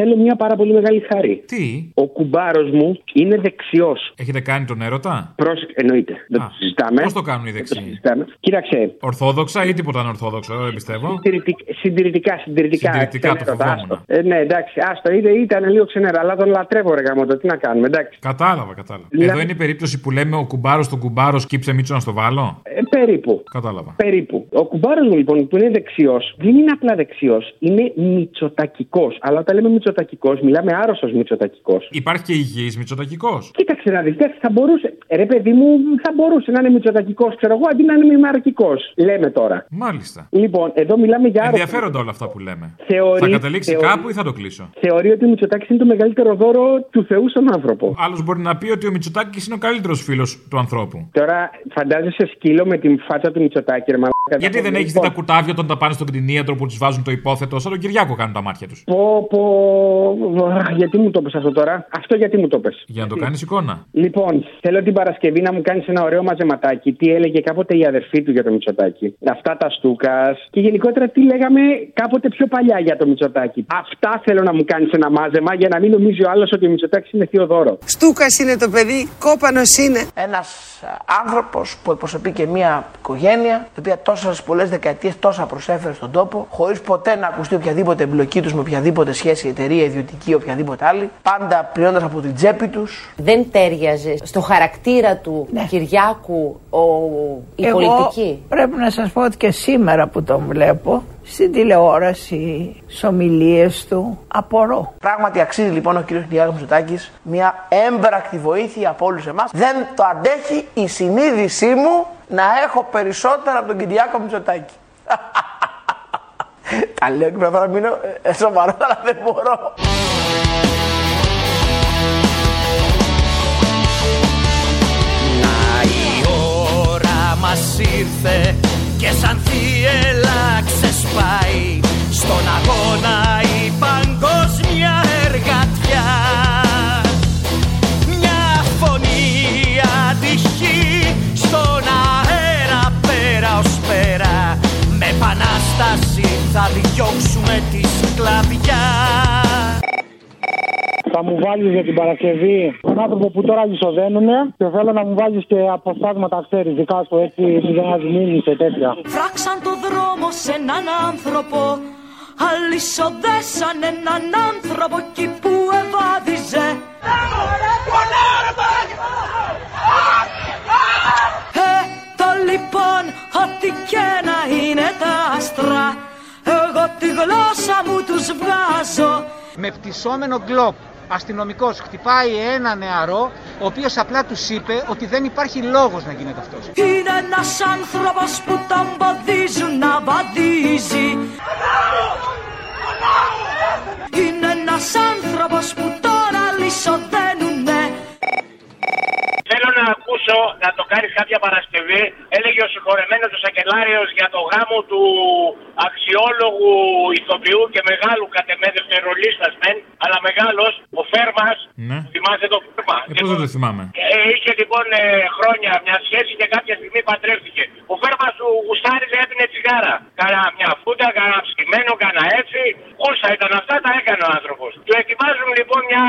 Speaker 26: Θέλω μια πάρα πολύ μεγάλη χάρη.
Speaker 2: Τι?
Speaker 26: Ο κουμπάρος μου είναι δεξιός.
Speaker 2: Έχετε κάνει τον έρωτα.
Speaker 26: Πρόσεχε, εννοείται. Δεν το συζητάμε.
Speaker 2: Πώς το κάνουν οι δεξιοί.
Speaker 26: συζητάμε. Κοίταξε.
Speaker 2: Ορθόδοξα ή τίποτα ανορθόδοξο, δεν πιστεύω.
Speaker 26: συντηρητικ- Συντηρητικά, συντηρητικά.
Speaker 2: Συντηρητικά,
Speaker 26: ξέρω,
Speaker 2: το
Speaker 26: άστο.
Speaker 2: φοβόμουν.
Speaker 26: Ε, ναι, εντάξει, άστο. Είδε, ήταν λίγο ξενέρα, αλλά τον λατρεύω, ρε γάμο, το, τι να κάνουμε, εντάξει.
Speaker 2: Κατάλαβα, κατάλαβα.
Speaker 26: Λα-
Speaker 2: Εδώ είναι η περίπτωση που λέμε ο κουμπάρος τον κουμπάρο κύψε μίτσο να στο βάλω.
Speaker 26: Ε, περίπου.
Speaker 2: Κατάλαβα.
Speaker 26: Περίπου. Ο κουμπάρος μου λοιπόν που είναι δεξιός, δεν είναι απλά δεξιός, είναι μυτσοτακικό. Αλλά όταν λέμε μυτσοτακικό, μιλάμε άρρωστος μυτσοτακικό.
Speaker 2: Υπάρχει και υγιής μυτσοτακικό.
Speaker 26: Κοίταξε να δεις, θα μπορούσε. Ρε παιδί μου, θα μπορούσε να είναι μυτσοτακικό, ξέρω εγώ, αντί να είναι μημαρκικός. Λέμε τώρα.
Speaker 2: Μάλιστα.
Speaker 26: Λοιπόν, εδώ μιλάμε για άρρωστο.
Speaker 2: Ενδιαφέροντα όλα αυτά που λέμε.
Speaker 26: Θεωρεί-
Speaker 2: θα καταλήξει
Speaker 26: θεωρεί-
Speaker 2: κάπου ή θα το κλείσω.
Speaker 26: Θεωρεί ότι ο Μητσοτάκης είναι το μεγαλύτερο δώρο του Θεού στον άνθρωπο.
Speaker 2: Άλλος μπορεί να πει ότι ο Μητσοτάκης είναι ο καλύτερος φίλος του ανθρώπου.
Speaker 26: Τώρα φαντάζεσαι σκύλο με την φάτσα του Μητσοτάκη, ρε μαλάκα.
Speaker 2: Γιατί δεν έχεις δει
Speaker 26: λοιπόν.
Speaker 2: τα κουτάβια όταν τα πάνε στον κτηνίατρο που τους βάζουν το υπόθετο, σαν τον Κυριάκο κάνουν τα μάτια τους.
Speaker 26: Λοιπόν, Πω, πω, αχ, γιατί μου το πες αυτό τώρα. Αυτό γιατί μου το πες.
Speaker 2: Για να το κάνεις εικόνα.
Speaker 26: Λοιπόν, θέλω την Παρασκευή να μου κάνεις ένα ωραίο μαζεματάκι. Τι έλεγε κάποτε η αδερφή του για το Μητσοτάκι. Αυτά τα στούκας. Και γενικότερα τι λέγαμε κάποτε πιο παλιά για το Μητσοτάκι. Αυτά θέλω να μου κάνεις ένα μάζεμα για να μην νομίζει ο άλλος ότι ο Μητσοτάκι είναι θείο δώρο.
Speaker 32: Στούκας είναι το παιδί, κόπανος είναι. Ένας άνθρωπος που εκπροσωπεί και μια οικογένεια, η οποία τόσες πολλές δεκαετίες τόσα προσέφερε στον τόπο, χωρίς ποτέ να ακουστεί οποιαδήποτε εμπλοκή τους με οποιαδήποτε σχέση, εταιρεία, ιδιωτική, οποιαδήποτε άλλη, πάντα πληρώνοντας από την τσέπη τους.
Speaker 28: Δεν τέριαζε στο χαρακτήρα του Κυριάκου ο, η
Speaker 37: Εγώ
Speaker 28: πολιτική.
Speaker 37: πρέπει να σας πω ότι και σήμερα που τον βλέπω, στην τηλεόραση, στις ομιλίες του, απορώ.
Speaker 32: Πράγματι αξίζει λοιπόν ο κύριος Κυριάκος Μητσοτάκης μια έμπρακτη βοήθεια από όλους εμάς. Δεν το αντέχει η συνείδησή μου να έχω περισσότερα από τον Κυριάκο Μητσοτάκη. Τα λέω και πρέπει να μείνω ε, σοβαρό, αλλά δεν μπορώ.
Speaker 10: Να η ώρα μας ήρθε και σαν θύελα ξεσπάει στον αγώνα η παγκόσμια εργατιά Μια φωνή αντυχή στον αέρα πέρα ως πέρα με επανάσταση θα διώξουμε τη σκλαβιά
Speaker 17: Θα μου βάλεις για την Παρασκευή τον άνθρωπο που τώρα λισοδένουνε και θέλω να μου βάλεις και αποσπάσματα, ξέρεις, δικά σου έτσι, μηδενά μήνυ και τέτοια.
Speaker 38: Φράξαν το δρόμο σε έναν άνθρωπο Αλυσοδέσαν έναν άνθρωπο εκεί που ευάδιζε Ε, το λοιπόν ό,τι και να είναι τα άστρα Εγώ τη γλώσσα μου τους βγάζω
Speaker 21: με πτυσσόμενο γκλόπ. Αστυνομικός χτυπάει ένα νεαρό, ο οποίος απλά τους είπε ότι δεν υπάρχει λόγος να γίνεται αυτός.
Speaker 38: Είναι ένας άνθρωπος που τον ποδίζουν να βαδίζει Είναι ένας άνθρωπος που τώρα λυσοδένουνε
Speaker 11: Θέλω να ακούσω να το κάνεις κάποια Παρασκευή. Έλεγε ο συγχωρεμένος ο Σακελάριος για το γάμο του αξιόλογου ηθοποιού και μεγάλου κατ' εμέ δευτερολίστας μεν, αλλά μεγάλος, ο Φέρμας.
Speaker 2: Ναι.
Speaker 11: Θυμάστε το Φέρμα.
Speaker 2: Ε, Πώς δεν το θυμάμαι.
Speaker 11: Ε, είχε λοιπόν ε, χρόνια μια σχέση και κάποια στιγμή παντρεύτηκε. Ο φέρμας του γουστάριζε έπινε τσιγάρα. Κάνα μια φούτα, κάνα ψημένο, κάνα έτσι. Όσα ήταν αυτά τα έκανε ο άνθρωπος. Του ετοιμάζουν λοιπόν μια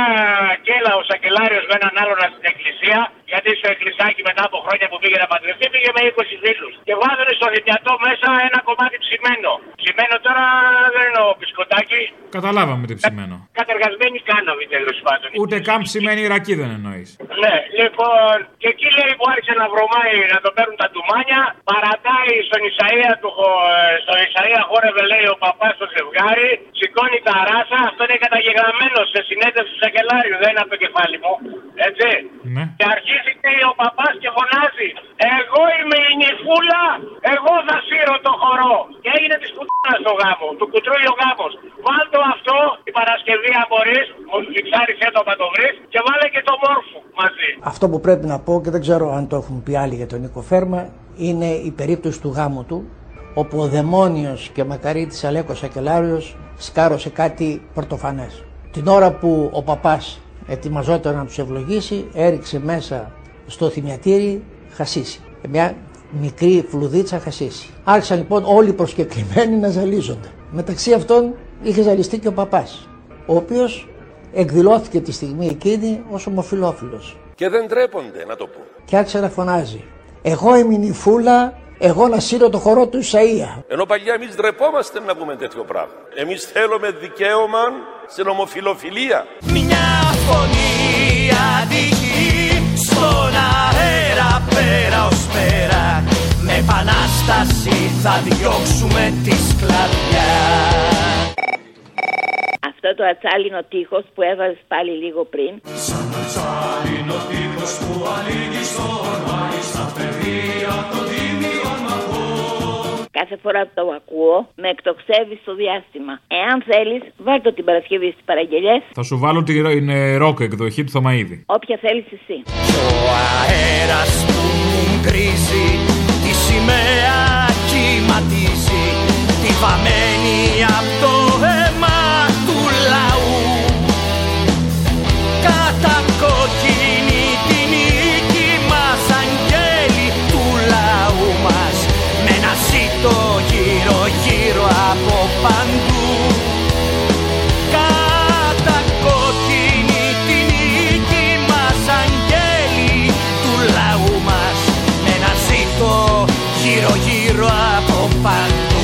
Speaker 11: κέλα ο Σακελάριος με έναν άλλον στην εκκλησία. Γιατί σε εκκλησάκι μετά από χρόνια που πήγε να παντρευτεί, πήγε με 20 φίλους. Και βάζανε στο λιμιατό μέσα ένα κομμάτι ψημένο. Ψημένο τώρα δεν εννοώ μπισκοτάκι,
Speaker 2: Καταλάβαμε τι ψημένο.
Speaker 11: κατεργασμένη κάναβη τέλος πάντων.
Speaker 2: Ούτε καν ψημένη Ιρακή δεν εννοείς.
Speaker 11: Ναι, λοιπόν, και εκεί λέει που άρχισε να βρωμάει να το παίρνουν τα ντουμάνια, παρατάει στον Ισαΐα, του, χο- ε, στον Ισαΐα χόρευε λέει ο παπάς στο ζευγάρι, σηκώνει τα ράσα, αυτό είναι καταγεγραμμένο σε συνέντευξη του Σακελάριου, δεν είναι από το κεφάλι μου, έτσι. Και αρχίζει και ο παπάς και φωνάζει, εγώ είμαι η νυφούλα, εγώ θα σύρω το χορό. Και έγινε της κουτούλας το γάμος, του κουτρούλι ο γάμος. Βάλτο αυτό, η Παρασκευή αν μπορείς, μου φιξάρισέ το άμα το βρεις, και βάλε και το μόρφου μαζί.
Speaker 39: Αυτό που πρέπει να πω και δεν ξέρω αν το έχουν πει άλλοι για τον Νίκο Φέρμα είναι η περίπτωση του γάμου του όπου ο Δαιμόνιος και Μακαρίτης Αλέκος Ακελάριος σκάρωσε κάτι πρωτοφανές. Την ώρα που ο παπάς ετοιμαζόταν να τους ευλογήσει έριξε μέσα στο θυμιατήρι χασίσι. Μια μικρή φλουδίτσα χασίσι. Άρχισαν λοιπόν όλοι οι προσκεκλημένοι να ζαλίζονται. Μεταξύ αυτών είχε ζαλιστεί και ο παπάς ο οποίος εκδηλώθηκε τη στιγμή εκείνη ως ομοφιλόφιλος
Speaker 1: Και δεν τρέπονται, να το πω.
Speaker 39: και άρχισε να φωνάζει. Εγώ είμαι η νυφούλα, εγώ να σύρω το χορό του Ισαΐα.
Speaker 1: Ενώ παλιά εμείς ντρεπόμαστε να πούμε τέτοιο πράγμα. Εμείς θέλουμε δικαίωμα στην ομοφιλοφιλία.
Speaker 10: φωνή αδική στον αέρα πέρα ως πέρα με επανάσταση θα διώξουμε τη σκλαβιά
Speaker 13: Αυτό το ατσάλινο τείχος που έβαζες πάλι λίγο πριν.
Speaker 10: Σαν ατσάλινο τείχος που ανοίγει στον Άι στα παιδεία το τίμιο μαχό
Speaker 13: Κάθε φορά που το ακούω, με εκτοξεύει στο διάστημα. Εάν θέλεις, βάλ το την Παρασκευή στις παραγγελιές,
Speaker 2: Θα σου βάλω την ε, ροκ εκδοχή του Θωμαίδη.
Speaker 13: όποια θέλεις εσύ.
Speaker 10: Ο αέρας που μου γκρίζει τη σημαία κυματίζει τη βαμμένη απ' το αίμα του λαού κατακόκκινη τη νίκη μας αγγέλη του λαού μας με ένα ζήτο γύρω γύρω από παντού κατακόκκινη τη νίκη μας αγγέλη του λαού μας με ένα ζήτο γύρω γύρω από παντού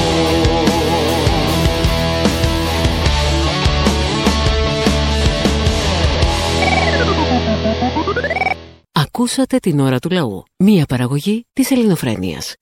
Speaker 21: Ακούσατε την ώρα του λαού. Μία παραγωγή της ελληνοφρένειας.